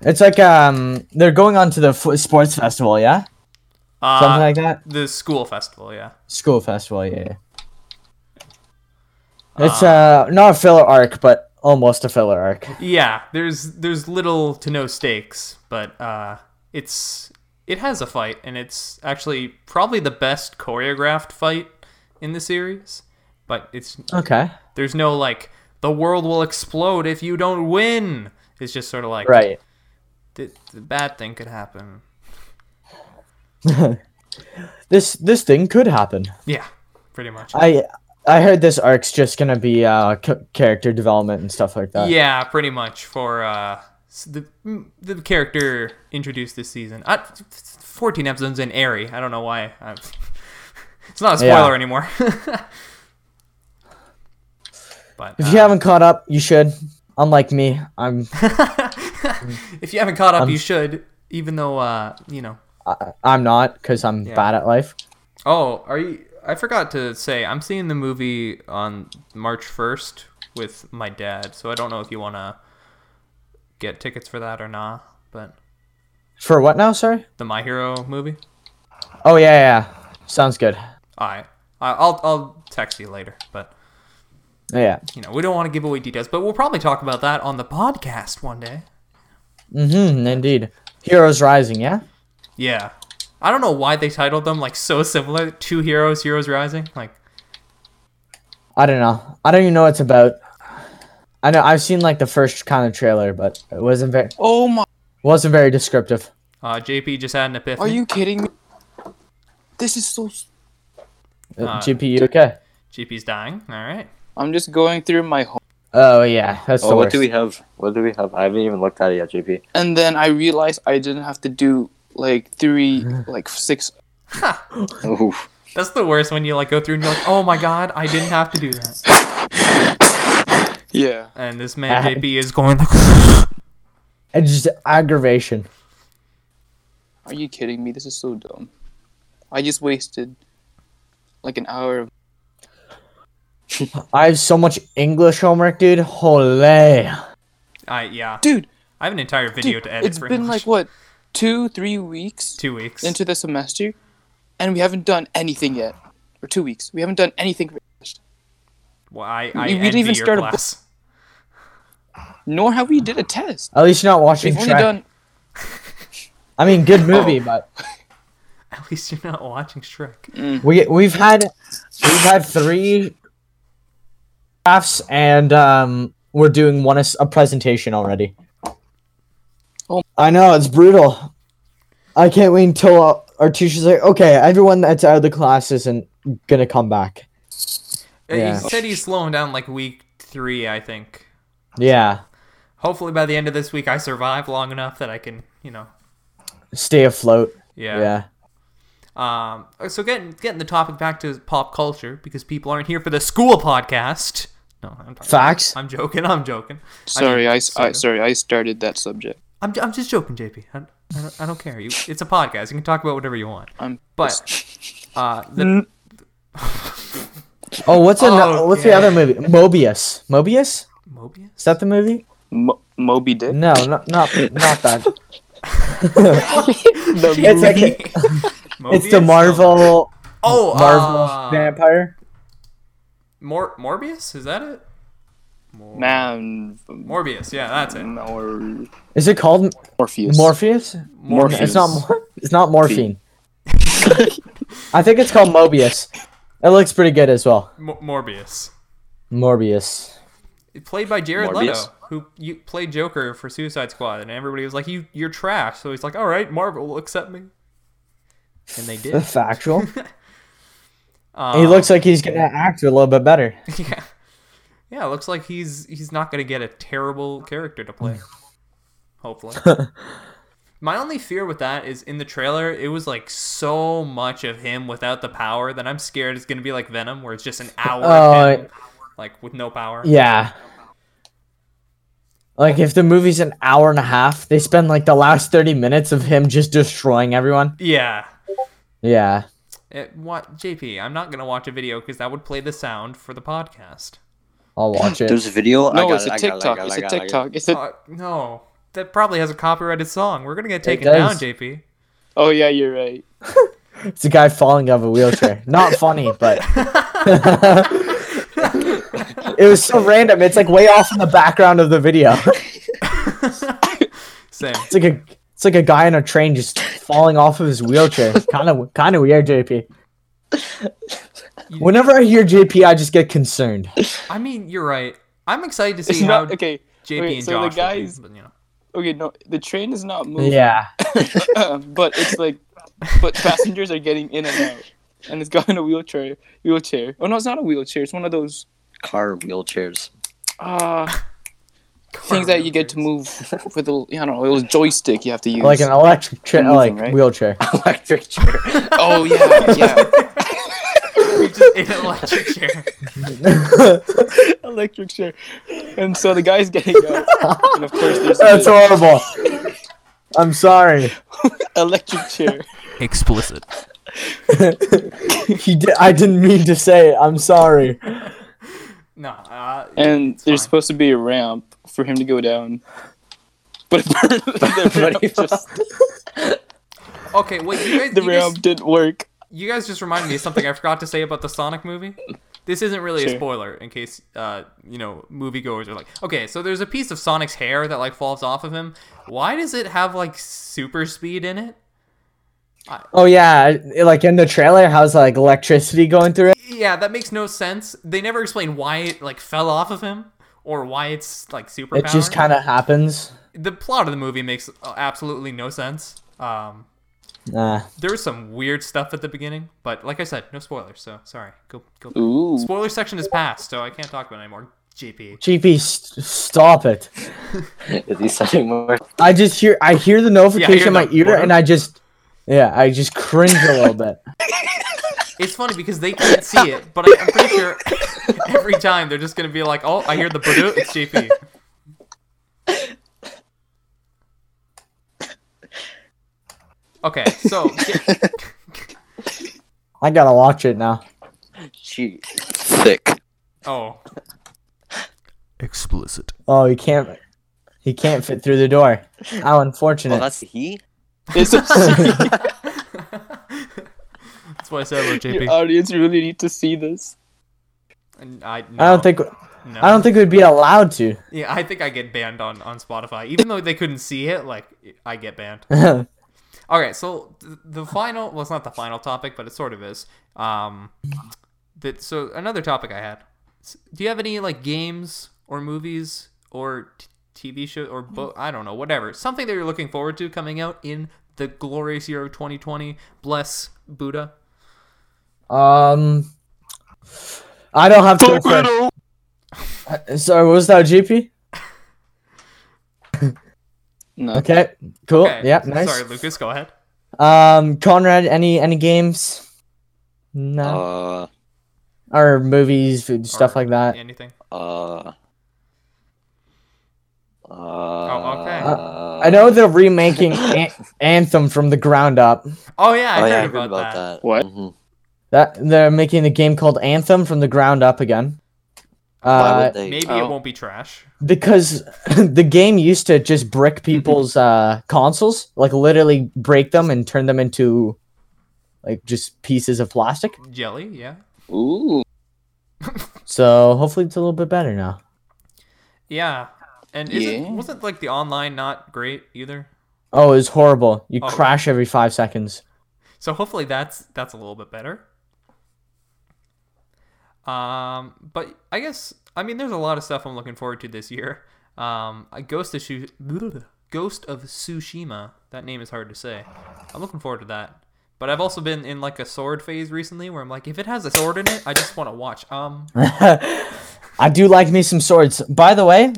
It's like um, they're going on to the f- sports festival, yeah, Uh, something like that. the school festival, yeah. School festival, yeah. yeah. It's uh not a filler arc, but almost a filler arc. Yeah, there's there's little to no stakes, but uh, it's it has a fight, and it's actually probably the best choreographed fight in the series. But it's Okay. there's no like the world will explode if you don't win. It's just sort of like Right. the, the bad thing could happen. This this thing could happen. Yeah, pretty much. I I heard this arc's just gonna be uh c- character development and stuff like that. yeah, pretty much for uh, s- the the character introduced this season. I, 14 episodes in Airy. I don't know why. i it's not a Yeah. spoiler anymore. but If uh, you haven't caught up, you should. Unlike me, I'm uh, if you haven't caught Um, up, you should. Even though uh, you know. I, I'm not because I'm bad at life. Oh, are you? I forgot to say I'm seeing the movie on March 1st with my dad, so I don't know if you wanna get tickets for that or not. But For what now? Sorry. the My Hero movie. Oh yeah, yeah. yeah. Sounds good. All right. I- I'll I'll text you later, but Yeah. you know we don't want to give away details. But we'll probably talk about that on the podcast one day. Mm-hmm. Indeed. Heroes Rising. Yeah. Yeah, I don't know why they titled them like so similar. Two heroes, heroes rising. Like I don't know. I don't even know what it's about. I know I've seen like the first kind of trailer, but it wasn't very Oh my! wasn't very descriptive. uh, JP just had an epiphany. Are you kidding me? This is so. s- Uh, Ah. GPU. Okay. JP's dying. All right. I'm just going through my home, Oh yeah, that's Oh, the what worst. do we have? What do we have? I haven't even looked at it yet, JP. and then I realized I didn't have to do like three, Mm-hmm. like six. Oof. That's the worst when you like go through and you're like, oh my god, I didn't have to do that. Yeah. And this man Ah. JP is going. It's just aggravation. Are you kidding me? This is so dumb. I just wasted like an hour of. I have so much English homework, dude. Holy. I yeah. Dude, I have an entire video dude to edit. it's for been English. like what, two, three weeks two weeks. into the semester, and we haven't done anything yet. Or two weeks. We haven't done anything. for English. well, I I we didn't envy even your start a class. Nor have we did a test. At least you're not watching We've Shrek. only done. I mean, good movie, but At least you're not watching Shrek. we we've had we've had three drafts, and um, we're doing one as- a presentation already. Oh. I know it's brutal. I can't wait until uh, our teacher's like, okay, everyone that's out of the class isn't gonna come back. Yeah. He said he's slowing down like week three, I think. Yeah, Hopefully by the end of this week, I survive long enough that I can, you know, stay afloat. yeah. Yeah. Um, so getting getting the topic back to pop culture because people aren't here for the school podcast. No, I'm talking, Facts. I'm joking. I'm joking. Sorry, I, s- I- sorta. sorry, I started that subject. I'm, I'm just joking, JP. I, I, don't, I don't care. You, it's a podcast. You can talk about whatever you want. I'm. But uh, the, Oh, what's ano- Oh, what's yeah. the other movie? Mobius. Mobius? Mobius. Is that the movie? Mo- Moby Dick. No, not not not that. The It's like movie. it's Mobius? the Marvel Oh, Marvel uh, vampire. Mor- Morbius. Is that it? Mor- Man. Morbius. Yeah, that's it. Mor- Is it called Morpheus. Morpheus? Morbius. It's not. Mor- it's not morphine. I think it's called Mobius. It looks pretty good as well. Mor- Morbius. Morbius. Played by Jared Morbius? Leto, who you played Joker for Suicide Squad, and everybody was like, "You, you're trash." So he's like, "All right, Marvel will accept me," and they did. Factual. Um, he looks like he's gonna act a little bit better. yeah, yeah. it Looks like he's he's not gonna get a terrible character to play. Hopefully. My only fear with that is in the trailer, it was like so much of him without the power that I'm scared it's gonna be like Venom, where it's just an hour Oh, of him, like with no power. Yeah. Like if the movie's an hour and a half, they spend like the last thirty minutes of him just destroying everyone. Yeah. Yeah. It, what JP? I'm not gonna watch a video because that would play the sound for the podcast. I'll watch it. There's a video. I No, got it's it, a I got it, I TikTok. got it, It's I a got it, I got it. TikTok. It's a. Uh, no, that probably has a copyrighted song. We're gonna get taken down, does. JP. Oh yeah, you're right. It's a guy falling out of a wheelchair. Not funny, but It was so random. It's like way off in the background of the video. Same. It's like a it's like a guy in a train just falling off of his wheelchair. Kind of kind of weird, JP. Whenever I hear JP, I just get concerned. I mean, you're right. I'm excited to It's see how not okay. JP wait, and so the Josh. will guys- do, but, you know. Okay, no, the train is not moving. Yeah. but it's like, but passengers are getting in and out, and it's got in a wheelchair. Wheelchair. Oh no, it's not a wheelchair. It's one of those Car wheelchairs. uh things that you get to move with a. I don't know. It was joystick you have to use. Like an electric tra- Moving, like right? wheelchair. Electric chair. oh yeah, yeah. Just in an electric chair. Electric chair. And so the guy's getting out, and of course there's That's the horrible. I'm sorry. electric chair. Explicit. He did, I didn't mean to say it. I'm sorry. No. Uh, And it's there's fine. supposed to be a ramp for him to go down. But apparently the But he ramp, just okay. Wait, you guys, the you guys, ramp didn't work. you guys just reminded me of something I forgot to say about the Sonic movie. This isn't really a Sure. spoiler, in case uh, you know moviegoers are like, okay, so there's a piece of Sonic's hair that like falls off of him. Why does it have like super speed in it? Oh yeah, it- like in the trailer, how's like electricity going through it? Yeah, that makes no sense. They never explain why it like fell off of him or why it's like super. It just kind of happens. the plot of the movie makes uh, absolutely no sense. Um, Nah. there was some weird stuff at the beginning, but like I said, no spoilers. So sorry. Go go. back. Ooh. Spoiler section is past, so I can't talk about it anymore. GP. GP, st- stop it. is he setting more? I just hear I hear the notification Yeah, I in my hear the- ear, and I just yeah, I just cringe a little bit. It's funny because they can't see it, but I, I'm pretty sure every time they're just gonna be like, "Oh, I hear the badoo. It's JP." Okay, so I gotta watch it now. She thick. oh, Explicit. Oh, he can't he can't fit through the door. How unfortunate. Well, Oh, that's he. It's a, that's what I said about your JP. audience really need to see this. And I, I no, don't think no. I don't think we'd be allowed to. Yeah, I think I get banned on on Spotify, even though they couldn't see it. Like, I get banned. Okay, so th- the final well, it's not the final topic, but it sort of is. Um, that so another topic I had. S- Do you have any like games or movies or t- TV show or Mm. book? I don't know, whatever, something that you're looking forward to coming out in the glorious year of 2020. Bless Buddha. um, I don't have to. Sorry, what was that, GP? No. Okay, cool. Okay, Oh, Yeah, so- nice. Sorry, Lucas, go ahead. Um, Conrad, any any games? No. Uh, or movies, food, stuff Or like that. Anything? uh. Uh, oh, Oh, okay. I uh, know they're remaking An- Anthem from the ground up. Oh yeah, I oh, heard, yeah, I heard about, that. What? Mhm. That they're making a game called Anthem from the ground up again. Why Uh, would they? Maybe Oh. it won't be trash. because the game used to just brick people's uh, consoles, like literally break them and turn them into like just pieces of plastic. Jelly, yeah. Ooh. So hopefully it's a little bit better now. Yeah. And isn't, Yeah. wasn't like the online not great either? Oh, it's horrible. You Oh. crash every five seconds. So hopefully that's that's a little bit better. Um, but I guess I mean there's a lot of stuff I'm looking forward to this year. Um, a Ghost of Shu- Ghost of Tsushima. That name is hard to say. I'm looking forward to that. But I've also been in like a sword phase recently where I'm like, if it has a sword in it, I just want to watch. Um, I do like me some swords. By the way,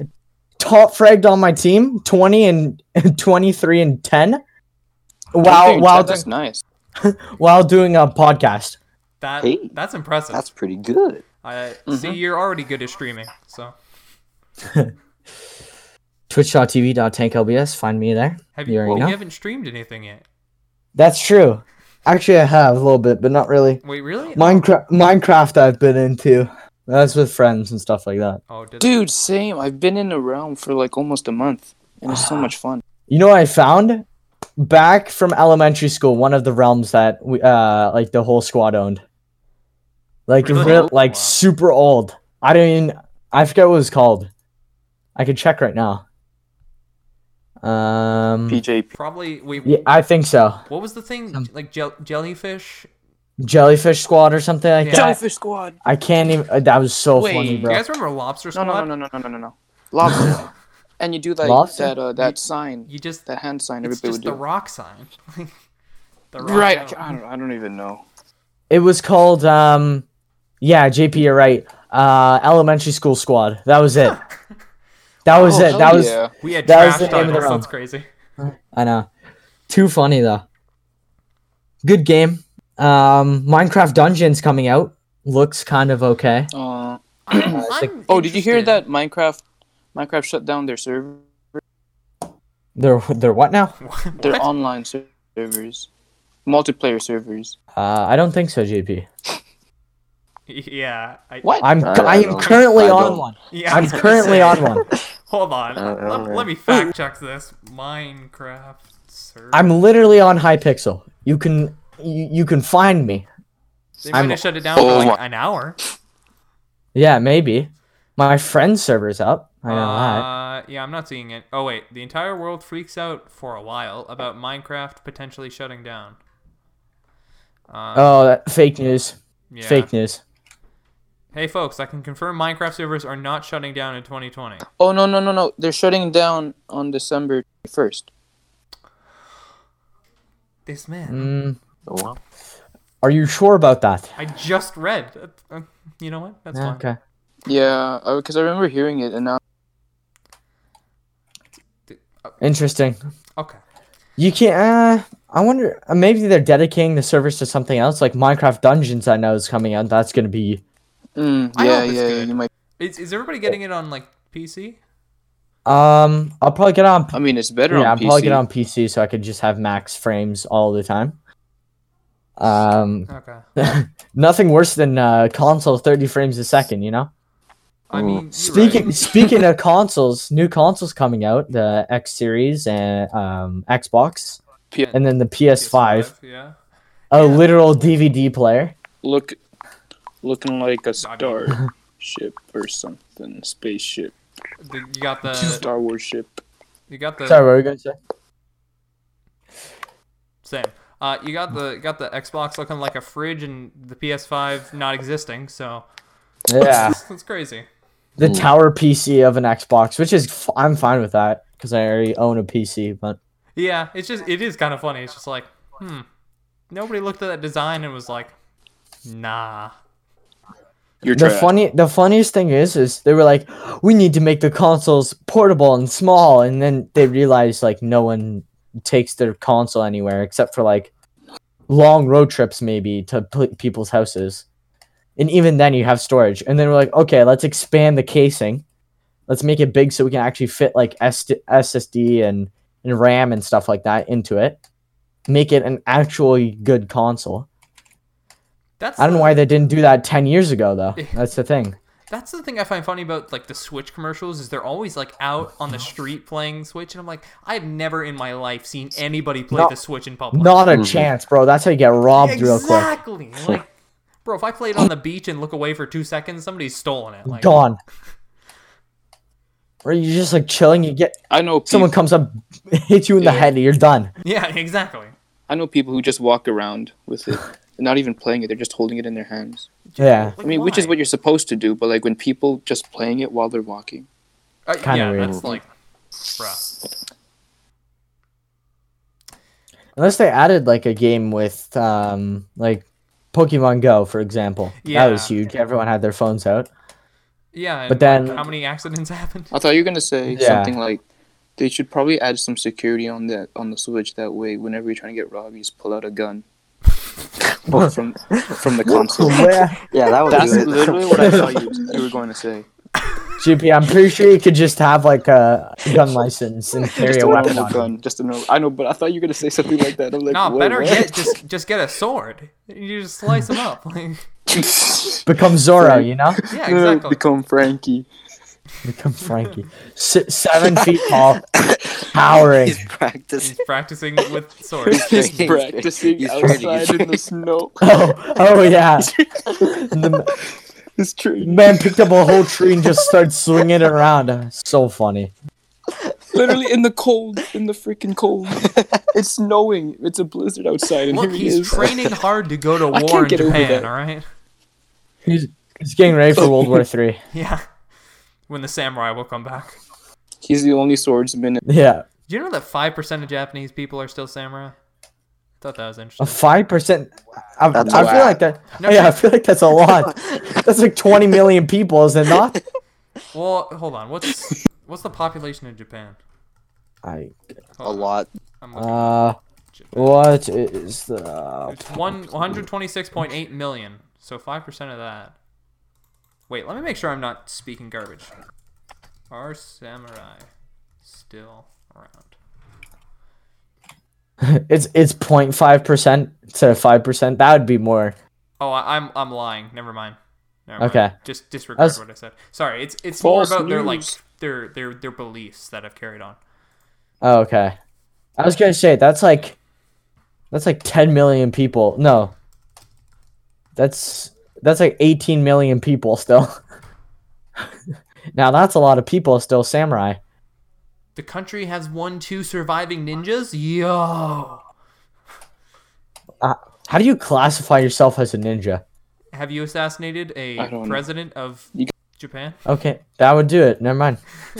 top fragged on my team, twenty and twenty three and ten. While Dude, while that's nice. while doing a podcast. that Hey, that's impressive. That's pretty good. I see you're already good at streaming. So Twitch.tv.tanklbs. Find me there. have You you? already you know. haven't streamed anything yet. That's true. Actually, I have a little bit, but not really. Wait, really? Minecraft, Minecraft, I've been into. That's with friends and stuff like that. Oh, did Dude, same. I've been in a realm for like almost a month, and it's so much fun. You know what I found? Back from elementary school, one of the realms that we, uh, like the whole squad owned. Like, Really? real, like Wow. super old. I don't even. I forget what it's called. I could check right now. Um, PJP. Probably we. yeah, I think so. What was the thing Um, like jel- jellyfish? Jellyfish Squad or something like Yeah. that. Jellyfish Squad. I can't even. uh, that was so Wait, funny, you Do you bro. guys remember Lobster No, Squad? no, no, no, no, no, no, no. Lobster. and you do like Lobster? that uh, that sign, You just that hand sign it's everybody just would the do. rock sign. the rock Right. I, sign. ca- I don't. I don't even know. It was called. Um, yeah, JP, you're right. Uh, Elementary School Squad. That was it. That was Oh, it. That hell was. yeah. We had That was trash the name of the titles. round. That's crazy. I know. Too funny though. Good game. Um, Minecraft Dungeons coming out looks kind of okay. Uh, I'm oh, did you hear interested. that Minecraft? Minecraft shut down their server, They're they're what now? What? their online ser- servers, multiplayer servers. Uh, I don't think so, JP. Yeah. I, What? I'm I cu- I, am don't- currently I on don't- one. Yeah, I I'm was gonna currently say. on one. Hold on. I don't Let, know, let man. me fact check this. Minecraft server. I'm literally on Hypixel. You can you, you can find me. they might I'm- have shut it down for Oh like my- an hour. Yeah, maybe. My friend's server's up. I know that. Uh, yeah, I'm not seeing it. Oh wait, the entire world freaks out for a while about Minecraft potentially shutting down. Uh, Oh, that, fake news. yeah. Fake news. Hey folks, I can confirm Minecraft servers are not shutting down in 2020. Oh no no no no! They're shutting down on December first. This man, Mm, Wow. are you sure about that? I just read. Uh, uh, you know what? That's Yeah, fine. okay. Yeah, because I remember hearing it, and now Interesting. Okay. You can't. Uh, I wonder. Uh, maybe they're dedicating the servers to something else, like Minecraft Dungeons. I know is coming out. That's gonna be. mm, I yeah hope it's yeah yeah, good. you might. Is is everybody getting it on like PC? Um, I'll probably get on. I mean, it's better Yeah, I'll on PC. probably get on PC so I could just have max frames all the time. Um, Okay. nothing worse than uh, console thirty frames a second. You know. I Mm. mean, you're Speaking right. speaking of consoles, new consoles coming out: the X Series and um, Xbox, P- and then the PS5. Yeah. A literal DVD player. Look, looking like a star ship or something, spaceship, The- you got the. Star Wars ship. You got the. Sorry, what were we gonna say? Same. Uh, you got the got the Xbox looking like a fridge and the PS5 not existing. So Yeah. that's crazy. the Mm. tower PC of an Xbox, which is f- I'm fine with that because I already own a PC. But Yeah, it's just it is kind of funny. It's just like, hmm, nobody looked at that design and was like, nah. You're the funny, the funniest thing is, is they were like, we need to make the consoles portable and small, and then they realized like no one takes their console anywhere except for like long road trips, maybe to p- people's houses, and even then you have storage. And then we're like, okay, let's expand the casing, let's make it big so we can actually fit like SD SSD and and RAM and stuff like that into it. Make it an actually good console. That's I don't the- know why they didn't do that 10 years ago, though. That's the thing. That's the thing I find funny about like the Switch commercials is they're always like out on the street playing Switch, and I'm like, I've never in my life seen anybody play Not- the Switch in public. Not a Mhm. chance, bro. That's how you get robbed real quick. exactly. Like, bro, if I played on the beach and look away for two seconds, somebody's stolen it. Like, Gone. Or you're just like chilling, you get I know people, someone comes up, hits you in the Yeah. head, and you're done. yeah, exactly. I know people who just walk around with it, and not even playing it. They're just holding it in their hands. Yeah. Like, I mean, which is why? what you're supposed to do. But like when people just playing it while they're walking, Uh, Kinda yeah, weird. that's like, bro. Unless they added like a game with, um, like Pokemon Go, for example. That was Yeah. huge. Everyone had their phones out. Yeah, and But then- like, how many accidents happened? I thought you were gonna say Yeah. something like, "They should probably add some security on that on the Switch. That way, whenever you're trying to get robbed, you just pull out a gun Or from from the console." Yeah. Yeah, that would That's do it. literally what I thought you, you were going to say. GP, I'm pretty sure you could just have like a gun license and carry Just a a weapon. normal on you. gun, just a normal. I know, but I thought you were gonna say something like that. I'm like, Nah, wait, better what? yet, just just get a sword. You just slice them up. Like, Become Zorro, you know? yeah, No, no, exactly. Become Frankie. Become Frankie. S- seven feet tall, towering. He's practicing. He's practicing with swords. Just He's training, practicing he's outside in training. the snow. Oh, oh yeah. The, It's true. Man picked up a whole tree and just started swinging it around. So funny. Literally in the cold, in the freaking cold. It's snowing. It's a blizzard outside, and Look, here he is. he's training hard to go to I war can't in get over Japan, that. all right? He's, he's getting ready for World War Three. Yeah. When the samurai will come back. He's the only swordsman. in- Yeah, Do you know that 5% of Japanese people are still samurai? I thought that was a interesting. five percent. I, I That's feel a lot. like that. No, yeah, I no. feel like that's a lot. That's like twenty million people, is it not? Well, hold on. What's what's the population of Japan? I A lot. I'm looking. uh, what is Uh, the? it's one 126.8 million. So 5% of that. Wait, let me make sure I'm not speaking garbage. Are samurai still around? It's it's 05 percent to five percent. That would be more. Oh, I, I'm I'm lying. Never mind. Never mind. Okay. Just disregard That's- what I said. Sorry. It's it's False more about their like news. their their their beliefs that I've carried on. Oh, okay. I was gonna say that's like, that's like ten million people. No. That's that's like eighteen million people still. now that's a lot of people still samurai. The country has one two surviving ninjas. Yo. How do you classify yourself as a ninja? Have you assassinated a I don't know. president of You- Japan? Okay, that would do it. Never mind.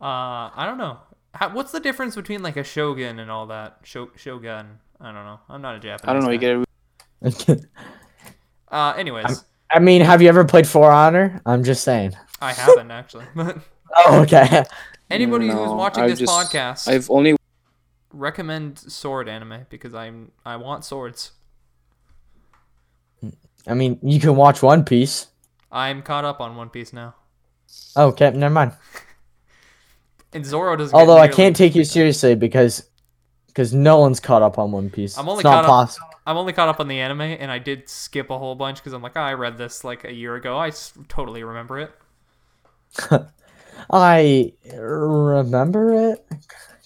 Uh, I don't know. How, what's the difference between like a shogun and all that? Sho- shogun. I don't know. I'm not a Japanese. I don't know. You guy. get it. Uh, anyways, I mean, have you ever played For Honor? I'm just saying. I haven't actually. But Oh, okay. anybody who's No, watching I've this just- podcast, I've only recommend sword anime because I'm I want swords. I mean, you can watch One Piece. Oh, I'm caught up on One Piece now, Okay, never mind. and Zoro doesn't. get Although I nearly- can't take you seriously because because no one's caught up on One Piece. I'm only it's caught not up- possible. I'm only caught up on the anime, and I did skip a whole bunch because I'm like, "Ah, I read this like a year ago. I s- totally remember it. I remember it.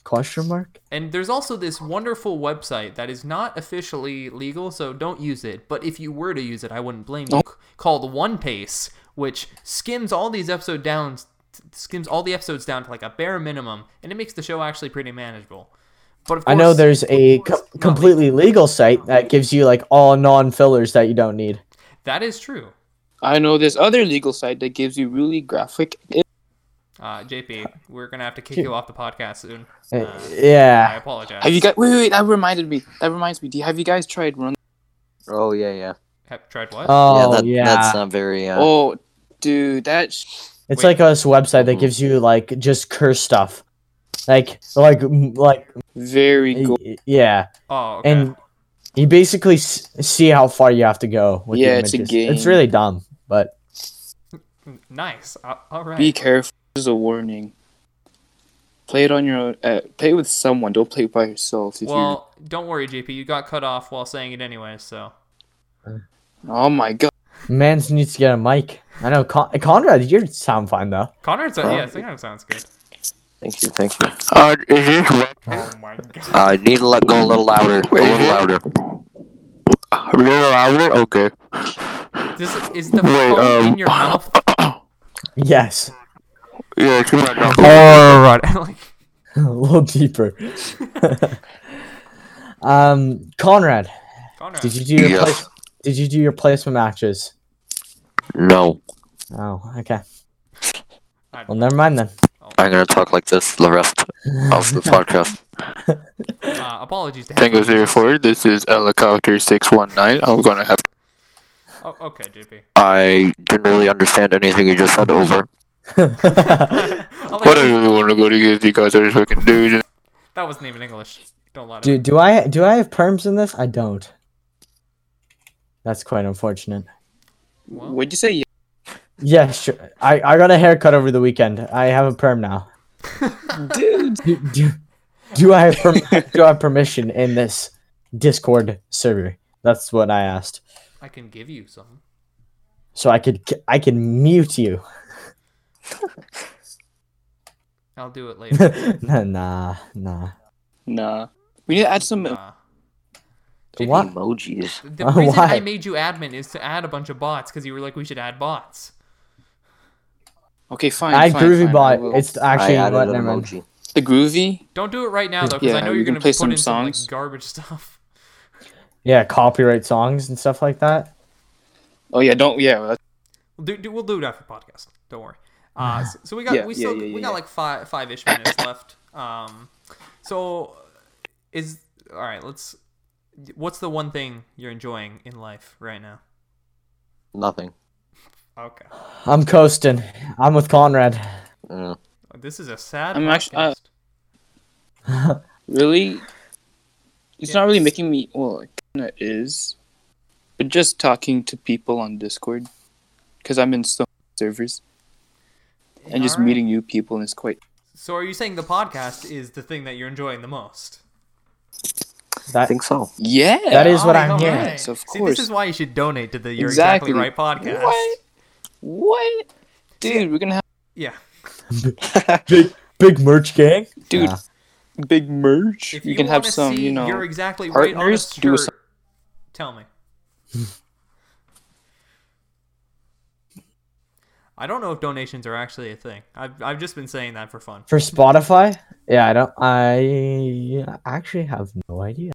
Question mark. And there's also this wonderful website that is not officially legal, so don't use it. But if you were to use it, I wouldn't blame you. Called One Pace, which skims all these episodes down, skims all the episodes down to like a bare minimum, and it makes the show actually pretty manageable. But of course, I know there's a co- not completely legal site that gives you like all non fillers that you don't need. that is true. I know this other legal site that gives you really graphic. Uh, JP, we're gonna have to kick you off the podcast soon. Uh, Uh, I yeah. apologize. Have you guys? Wait, wait, wait, that reminded me. That reminds me. Do you, have you guys tried Run? Oh yeah, yeah. Have- tried what? Oh yeah. that, That's not very. Uh, Oh, dude, that. Sh- it's wait. like a website that Mhm. gives you like just curse stuff, like like m- like very cool. y- yeah, oh, okay. and you basically s- see how far you have to go. With the Yeah, it's a images. It's game. really dumb, but nice. Uh, all right. Be careful. This is a warning. Play it on your own. Uh, play with someone. Don't play by yourself. If Well, don't worry, JP. You got cut off while saying it anyway, so. you oh my god. Mans needs to get a mic. I know Con- Conrad, you sound fine though. Connor, it's- yeah, I think that sounds good. Thank you, thank you. Uh, is this what? Oh my god. I need to let go a little louder. Oh. A Wait, little who- louder. A little louder? Okay. This is the Wait, phone um, in your mouth. Yes, Yeah, it's my dog. Uh, Alright. like, a little deeper. um, Conrad, Connor, did you do your Yes. place- did you do your placement matches? No, Oh, okay. I- Well, never mind then. I'm gonna talk like this the rest of the podcast. uh, apologies to Tango him. zero four. This is helicopter six one nine. I'm gonna have. Oh, okay, JP. I didn't really understand anything you just said. Over. I'll let What I you- really want to go to is you guys are fucking dudes. that wasn't even English. Don't lie to do me. do I do I have perms in this? I don't. That's quite unfortunate. Well, What'd you say? Yeah. Yeah, sure. I, I got a haircut over the weekend. I have a perm now. Dude. Do, do, do I have perm- do I have permission in this Discord server? That's what I asked. I can give you some. So I could I can mute you. I'll do it later. Uh, nah, nah. Nah. We need to add some. Uh, What? Emojis. The Uh, reason why? I made you admin is to add a bunch of bots because you were like, we should add bots. Okay, fine. I fine, groovy fine, I bot. will. It's I actually added what an never mind. emoji. the groovy. Don't do it right now though, because Yeah, I know we you're can gonna play put some in some like songs. garbage stuff. Yeah, copyright songs and stuff like that. Oh yeah, don't yeah. well, We'll do, do- we'll do it after podcast. Don't worry. Uh, so, so we got Yeah, we yeah, still yeah, yeah, we got yeah. like five five ish minutes left. Um, so is all right. Let's. What's the one thing you're enjoying in life right now? Nothing. Okay, I'm coasting. I'm with Conrad. Mm. this is a sad. I'm uh, actu- podcast. Really, it's Yeah. not really making me. Well, it kind of is, but just talking to people on Discord, because I'm in so many servers, and just Alright. meeting new people, and it's quite. So are you saying the podcast is the thing that you're enjoying the most? I That think so. Yeah. that is what Oh, Alright, I'm alright. hearing. Yes, of Oh, See, this course. is why you should donate to the You're Exactly, Exactly. Right podcast. What? What? Dude, we're gonna Yeah. have Big big merch gang. dude Yeah. big merch. If you can have wanna some, see you know. You're Exactly Right on a partners, do a shirt, Tell me. I don't know if donations are actually a thing. I've, I've just been saying that for fun. For Spotify? Yeah, I don't. I actually have no idea.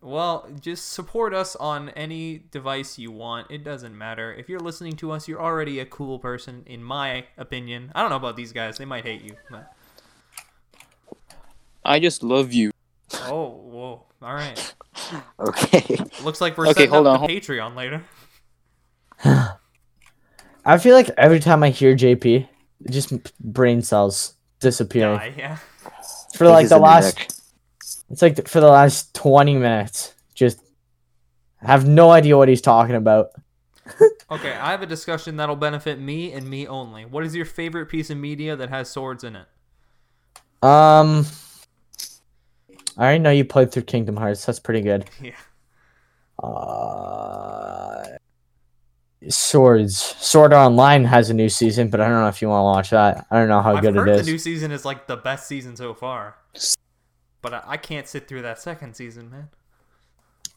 Well, just support us on any device you want. It doesn't matter. If you're listening to us, you're already a cool person, in my opinion. I don't know about these guys. They might hate you. but- I just love you. Oh, whoa. All right. Okay. Looks like we're Okay, setting hold up on, the hold- Patreon later. I feel like every time I hear JP, it just m- brain cells disappearing Die, yeah. for like He's the in last. neck. It's like th- for the last twenty minutes, just have no idea what he's talking about. Okay, I have a discussion that'll benefit me and me only. What is your favorite piece of media that has swords in it? Um, I already know you played through Kingdom Hearts. That's pretty good. Yeah. Uh, swords. Sword Art Online has a new season, but I don't know if you want to watch that. I don't know how I've good heard it is. the new season is like the best season so far. But I, I can't sit through that second season, man.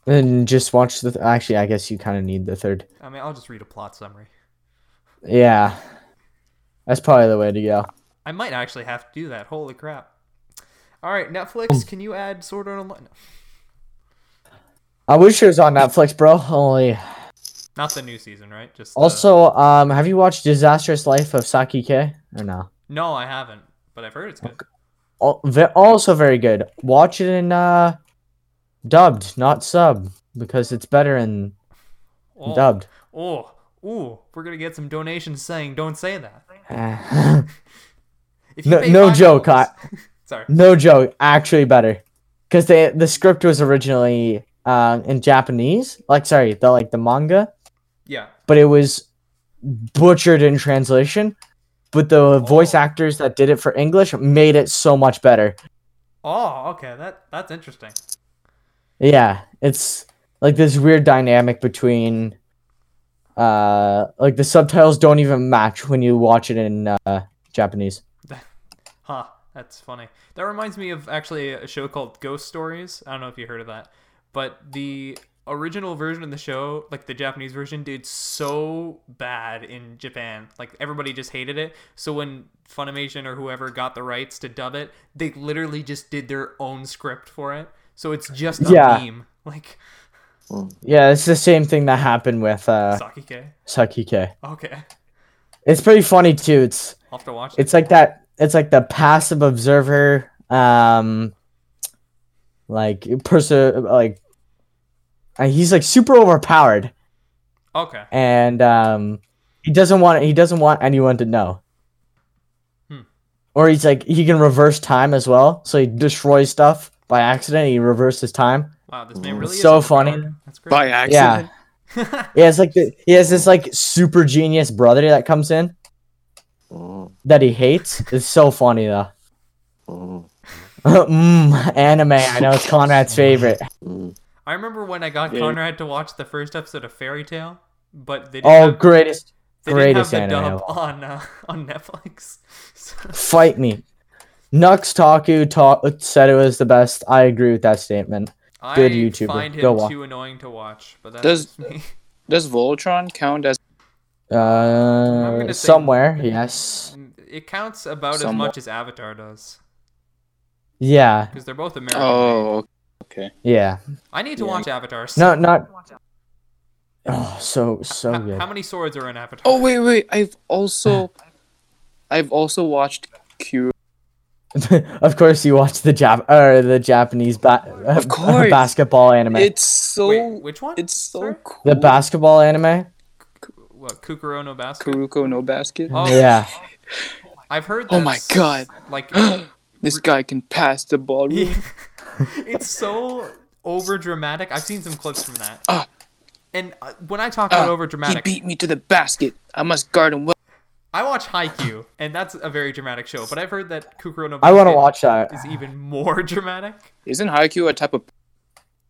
And just watch the. Th- Actually, I guess you kind of need the third. I mean, I'll just read a plot summary. Yeah, that's probably the way to go. I might actually have to do that. Holy crap. All right, Um. Netflix, can you add Sword Art Online? No, I wish it was on Netflix, bro. Only. not the new season, right? Just the- Also, um, have you watched Disastrous Life of Saki K or no? No, I haven't, but I've heard it's good. Al- ve- Also very good. Watch it in uh, dubbed, not sub, because it's better in Oh, dubbed. Oh, ooh, we're going to get some donations saying don't say that. Eh. If you No- pay no five joke, dollars- Sorry. no joke, actually better, because the the script was originally um in Japanese. Like, sorry, the like the manga. Yeah. but it was butchered in translation. But the voice Oh. actors that did it for English made it so much better. Oh, okay. That that's interesting. Yeah, it's like this weird dynamic between, uh, like the subtitles don't even match when you watch it in uh, Japanese. Huh. That's funny. That reminds me of actually a show called Ghost Stories. I don't know if you heard of that, but the original version of the show, like the Japanese version, did so bad in Japan. Like everybody just hated it. So when Funimation or whoever got the rights to dub it, they literally just did their own script for it. So it's just a Yeah. meme, like Yeah, it's the same thing that happened with uh, Sakike. Sakike. Okay, It's pretty funny too. It's I'll have to watch it. it's like that it's like the passive observer um like person like uh, he's like super overpowered Okay, and um he doesn't want he doesn't want anyone to know Hmm. or he's like he can reverse time as well so he destroys stuff by accident he reverses time wow, this man really is Mm, so overpowered. funny. That's great. By accident. Yeah. he has like the, he has this like super genius brother that comes in Mm, that he hates it's so funny though mm, mm, anime i know it's conrad's favorite mm. I remember when I got Yeah. Conrad to watch the first episode of Fairy Tale, but they didn't Oh, have, greatest. they didn't have greatest the anime dub on uh, on Netflix. So, Fight me. Nux Taku ta- said it was the best. I agree with that statement. Good I YouTuber. find him Go watch. too annoying to watch, but that's Does- just me. Does Voltron count as Uh, gonna say- somewhere, yes. It counts about Somewhat. as much as Avatar does Yeah, because they're both American. made. Oh, okay. yeah. I need to yeah. watch Avatar. No, not. Oh, so so H- good. how many swords are in Avatar? Oh wait, wait. I've also, I've also watched Kira. of course, you watch the Jap or the Japanese ba- Of course. basketball anime. It's so, Wait, which one? it's so Sorry? cool. the basketball anime. What Kukuro no Basket? Karuko no basket. Oh. Yeah, I've heard. Oh my that's, God. Like, This guy can pass the ball. he- it's so over dramatic. I've seen some clips from that. Ah. and uh, when I talk Ah, about over He dramatic, beat me to the basket. I must guard him well. I watch Haikyuu, and that's a very dramatic show. But I've heard that Kukuro no I want to Basket watch that. is even more dramatic. Isn't Haiku a type of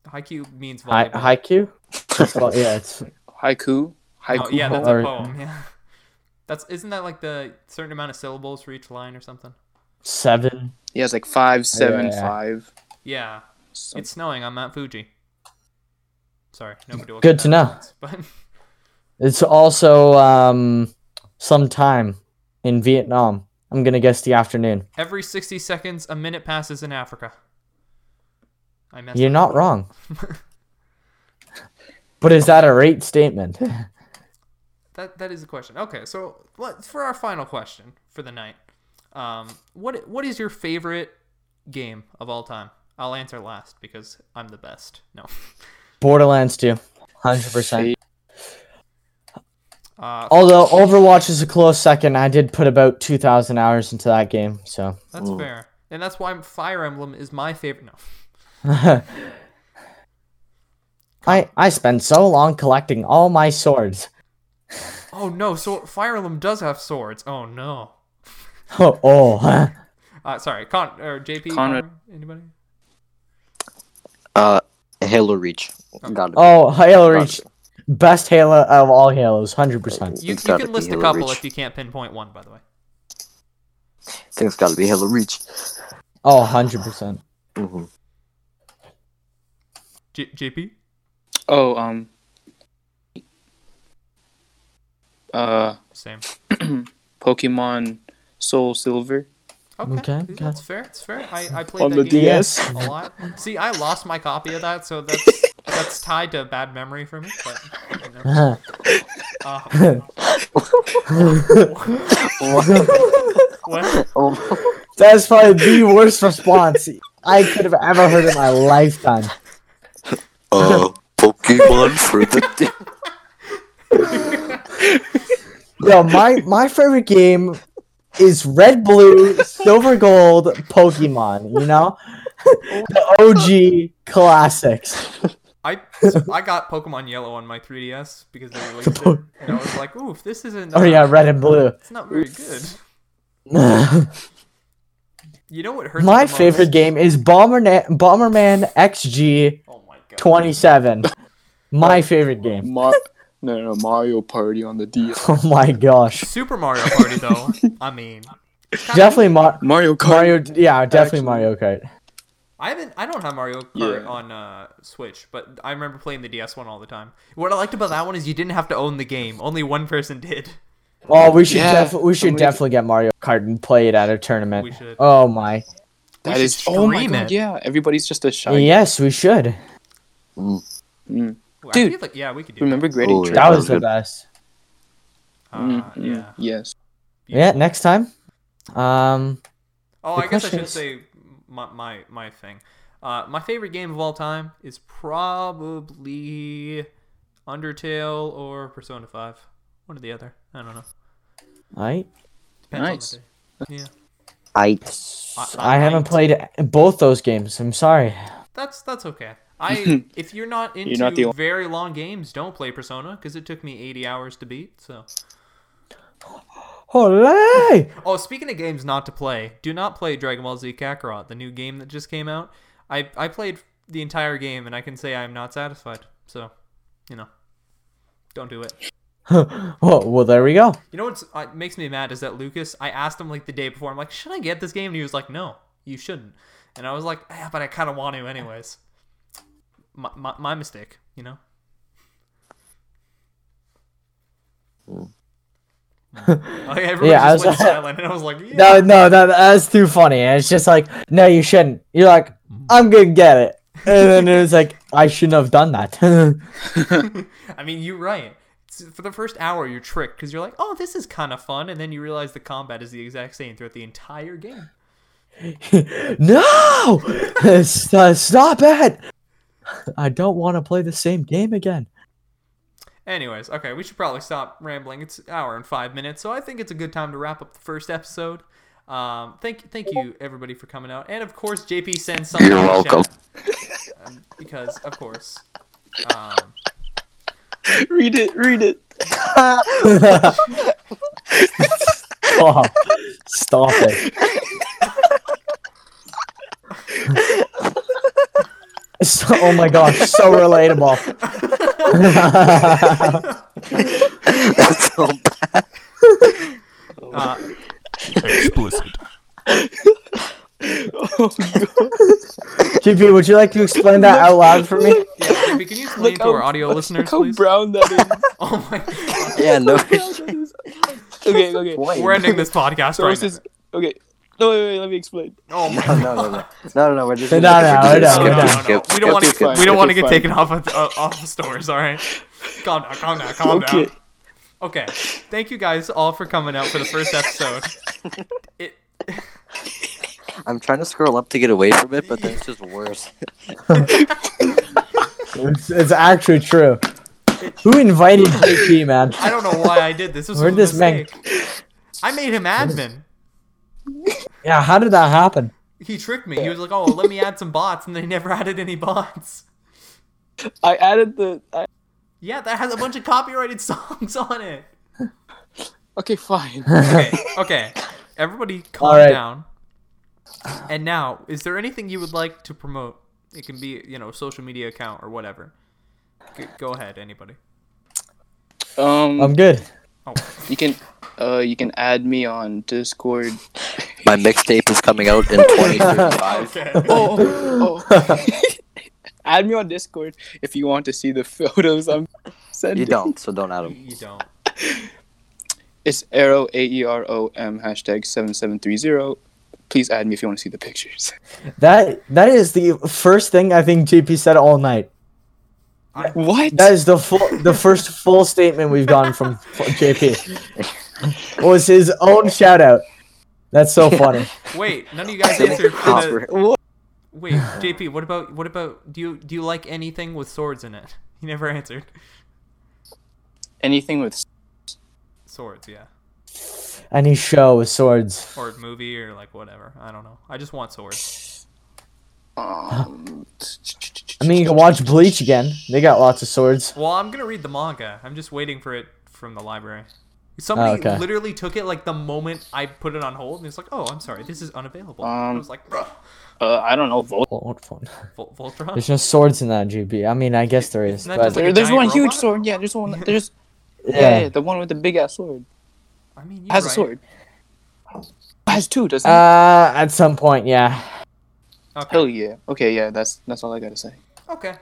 Haikyuu means Hi- volleyball. Haikyuu. It's called- yeah, it's haiku? Haiku. Oh, yeah, that's Or- a poem. Yeah, that's isn't that like the certain amount of syllables for each line or something? seven. He has like five, seven, Yeah. five. Yeah, Some- it's snowing on Mount Fuji. Sorry, nobody. will Good get to that know. reference, But It's also um sometime in Vietnam. I'm gonna guess the afternoon. every sixty seconds, a minute passes in Africa. I messed You're up. not wrong. but is that a rate statement? That that is the question. Okay, so let, for our final question for the night, um, what what is your favorite game of all time? I'll answer last because I'm the best. No, Borderlands 2. 100%. uh, Although Overwatch is a close second, I did put about 2,000 hours into that game, so. that's fair, and that's why Fire Emblem is my favorite. No, I, I spent so long collecting all my swords. oh no, so Fire Emblem does have swords. Oh no, Oh, oh. uh, sorry, Con or JP, Conrad. Conrad, anybody? Uh, Halo Reach. Got it. oh Halo Reach. Best Halo of all Halos, 100%. You, you It's gotta can be list a Halo couple Reach. if you can't pinpoint one, by the way. Things gotta be Halo Reach. Oh, 100%. hmm J- JP, Oh, um. Uh, same. Pokemon Soul Silver. Okay, Okay, okay. that's fair. It's fair. I, I played On that the game DS. a lot. See, I lost my copy of that, so that's that's tied to a bad memory for me. But you know. Uh, what? Oh, That's probably the worst response I could have ever heard in my lifetime. Uh, Pokemon for the Yo, my my favorite game is Red, Blue, Silver, Gold, Pokemon. You know, the OG classics. I I got Pokemon Yellow on my 3DS because they released it, po- and I was like, "Ooh, this isn't. Oh uh, yeah, Red and Blue. it's not very good." You know what hurts? the my most? favorite game is Bomberna- Bomberman XG Oh my god. twenty seven. My favorite game. Mar- no, no, no, Mario Party on the DS. Oh my gosh, Super Mario Party, though. I mean, definitely Mar- Mario Kart. Mario. Yeah, definitely Mario Kart. I haven't. I don't have Mario Kart Yeah. on uh, Switch, but I remember playing the DS one all the time. What I liked about that one is you didn't have to own the game; only one person did. Oh, we should Yeah, def- we should somebody- definitely get Mario Kart and play it at a tournament. We should. Oh We my. That should is. Oh my stream god, it. yeah. Everybody's just a shy. Yes, we should. Mm. Ooh, I Dude. feel like- yeah, we could do. Remember Grady Oh, Trick? That That was was the good. best. that. Uh, Mm, mm, yeah. Yes. Yeah, next time. Um, Oh, The I guess I question should is- say my my, my thing. Uh, my favorite game of all time is probably Undertale or Persona Five. One or the other. I don't know. I Depends on the Nice. day. Yeah, I I haven't played both those games. I'm sorry. that's that's okay. I if you're not into not the only- very long games, don't play Persona because it took me 80 hours to beat. So. Holy! Oh, speaking of games not to play, do not play Dragon Ball Z Kakarot, the new game that just came out. I I played the entire game and I can say I'm not satisfied. So, you know, don't do it. well, well, there we go. You know what uh, makes me mad is that Lucas. I asked him like the day before. I'm like, should I get this game? And he was like, no, you shouldn't. And I was like, ah, but I kind of want to anyways. my, my, my mistake, you know? oh, yeah, everyone Hmm. Yeah, I just was- went silent, and I was like, yeah. No, no, no, that's too funny. And it's just like, no, you shouldn't. You're like, I'm gonna get it. And then it was like, I shouldn't have done that. I mean, you're right. It's- For the first hour, you're tricked because you're like, "Oh, this is kind of fun," and then you realize the combat is the exact same throughout the entire game. no, S- uh, stop it. I don't want to play the same game again. Anyways, okay, we should probably stop rambling. It's an hour and five minutes, so I think it's a good time to wrap up the first episode. Um, thank thank you everybody for coming out, and of course JP sends something. You're in the chat, welcome. um, because of course, um, read it, read it. Stop. Stop it. So, oh my gosh, so relatable. That's so bad. uh, Explicit. GP, would you like to explain that out loud for me? yeah, JP, can you explain to how- our audio listeners, Look how please? brown that is. Oh my! Yeah, no. okay, okay. We're ending this podcast So right it's now. just okay. No, wait, wait. Let me explain. Oh my! No, no, no, no, no, no. We're just No, no, we're just no, no, gonna no, skip, no, no. We don't want skip, to. skip, We don't want to skip, get skip. taken off of, uh, off of stores. All right. Calm down. Calm down. Calm Okay. down. Okay. Thank you guys all for coming out for the first episode. It. I'm trying to scroll up to get away from it, but then it's just worse. It's, it's actually true. Who invited JP, man? I don't know why I did this. This Where'd was a this man- mistake. I made him admin. Yeah, how did that happen? He tricked me. He was like, "Oh, let me add some bots," and they never added any bots. I added the. I, Yeah, that has a bunch of copyrighted songs on it. okay, fine. Okay. Okay. Everybody, calm All right. down. And now, is there anything you would like to promote? It can be, you know, a social media account or whatever. G- go ahead, anybody. Um, I'm good. Oh, you can, uh, you can add me on Discord. My mixtape is coming out in 2035. okay. Oh, oh. add me on Discord if you want to see the photos I'm sending. You don't, so don't add them. you don't. It's arrow a e r o m hashtag seven seven three zero. Please add me if you want to see the pictures. That that is the first thing I think JP said all night. What? That is the full, the first full statement we've gotten from f- JP. Was his own shout out. That's so funny. Wait, none of you guys answered for the. What? Wait, JP, what about what about do you do you like anything with swords in it? You never answered. Anything with Swords, yeah, Any show with swords. or movie or like whatever. I don't know. I just want swords. um, I mean, you can watch Bleach again. They got lots of swords. Well, I'm gonna read the manga. I'm just waiting for it from the library. Somebody Oh, okay. literally took it like the moment I put it on hold, and it's like, "Oh, I'm sorry, this is unavailable." I Um, was like, "Bruh, uh, I don't know. Vol- What fun. Vol- Voltron." There's no swords in that GP. I mean, I guess there is, Isn't that but just like there, a there's giant one huge robot? sword. Yeah, there's one. There's yeah, yeah. the one with the big ass sword. I mean, you Has a sword. Has two, doesn't it? Uh, at some point, yeah. Okay. Hell yeah. Okay, yeah. That's that's all I gotta say. Okay.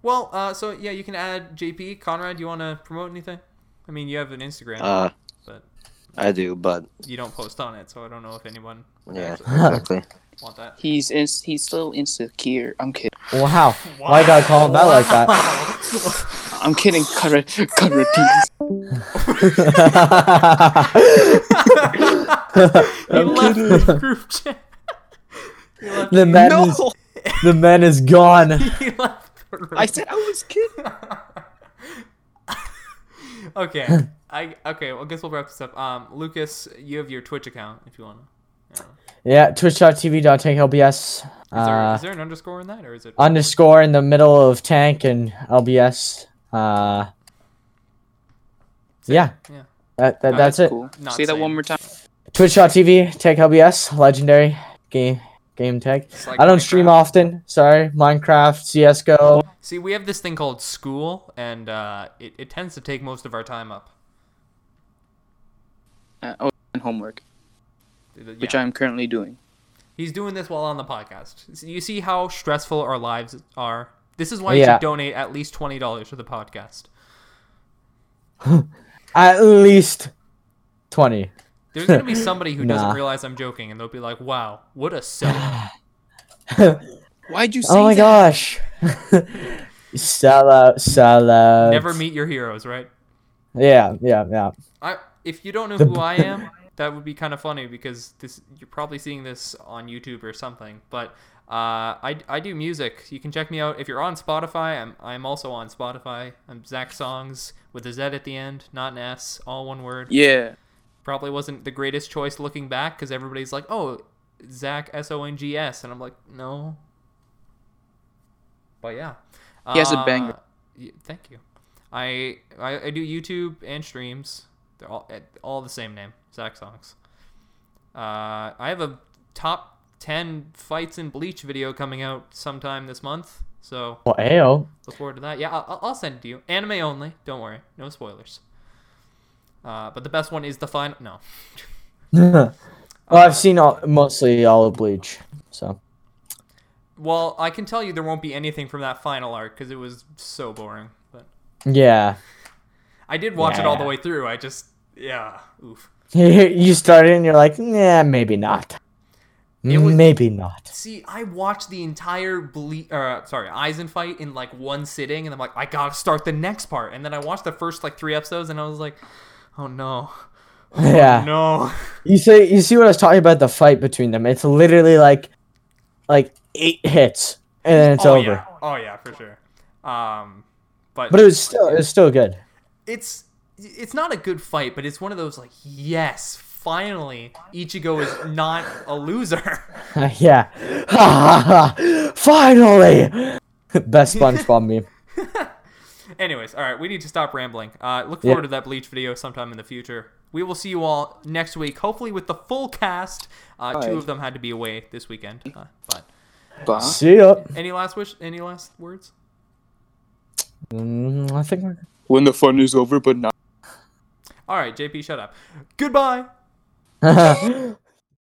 Well, uh, so yeah, you can add JP Conrad. You want to promote anything? I mean, you have an Instagram, Uh, but I do, but you don't post on it, so I don't know if anyone would yeah, actually exactly. want that. He's in, he's still insecure. I'm kidding. Wow. Why did I call him that like I'm kidding. Conrad, Conrad, please. that? he left the group chat. he left. the man is No, the man is gone. he left the room. I said I was kidding. okay. I okay. Well, I guess we'll wrap this up. Um, Lucas, you have your Twitch account if you want. to. Yeah, twitch.tv.tanklbs. Is, there, Uh, is there an underscore in that, or is it? underscore in the middle of tank and LBS. Uh, yeah, yeah. that, that, Uh, that's it. Cool. Not Say that saying. one more time. Twitch.tv, tank LBS, legendary game game tag. like I don't stream Minecraft. often. Sorry, Minecraft, CS:GO. See, we have this thing called school, and uh, it, it tends to take most of our time up. Uh, oh, and homework, Uh, Yeah. which I'm currently doing. He's doing this while on the podcast. So You see how stressful our lives are? This is why you Yeah. should donate at least twenty dollars to the podcast. At least twenty. There's gonna be somebody who Nah. doesn't realize I'm joking, and they'll be like, "Wow, what a sellout!" Why'd you say Oh my that? gosh. sell out, sell out. Never meet your heroes, right? Yeah, yeah, yeah. I if you don't know The- who I am, that would be kind of funny because this you're probably seeing this on YouTube or something. But uh, I I do music. You can check me out if you're on Spotify. I'm I'm also on Spotify. I'm Zach Songs with a Z at the end, not an S, all one word. Yeah. Probably wasn't the greatest choice looking back because everybody's like, oh, Zach S O N G S, and I'm like, no. But yeah, Uh, He has a banger. y- Thank you. I, I I do YouTube and streams. They're all eh, all the same name, Zach Songs. Uh, I have a top ten fights in Bleach video coming out sometime this month, so Well, ayo. look forward to that. Yeah, I'll, I'll send it to you. Anime only. Don't worry, no spoilers. Uh, but the best one is the final. No. well, Oh, I've seen all, mostly all of Bleach, so Well, I can tell you there won't be anything from that final arc because it was so boring. But yeah. I did watch it all the Yeah. way through. I just yeah, oof. you started and you're like, nah, maybe not. It was- maybe not. See, I watched the entire ble- uh, sorry Eisen fight in like one sitting, and I'm like, I gotta start the next part. And then I watched the first like three episodes, and I was like, oh no, yeah. no. You see, you see what I was talking about the fight between them. It's literally like, like eight hits and then it's oh over. yeah, oh yeah, for sure. Um, but, But it was still, it was still good. it's it's not a good fight, but it's one of those like yes, finally Ichigo is not a loser. yeah. Finally, best SpongeBob meme. Anyways, all right, we need to stop rambling. Uh, look forward to that Bleach video sometime in the future. We will see you all next week, hopefully with the full cast. Uh, two Bye. of them had to be away this weekend, uh, but Bah. See ya. any last wish? Any last words? Mm, I think we're. When the fun is over, but not. All right, JP, shut up. Goodbye.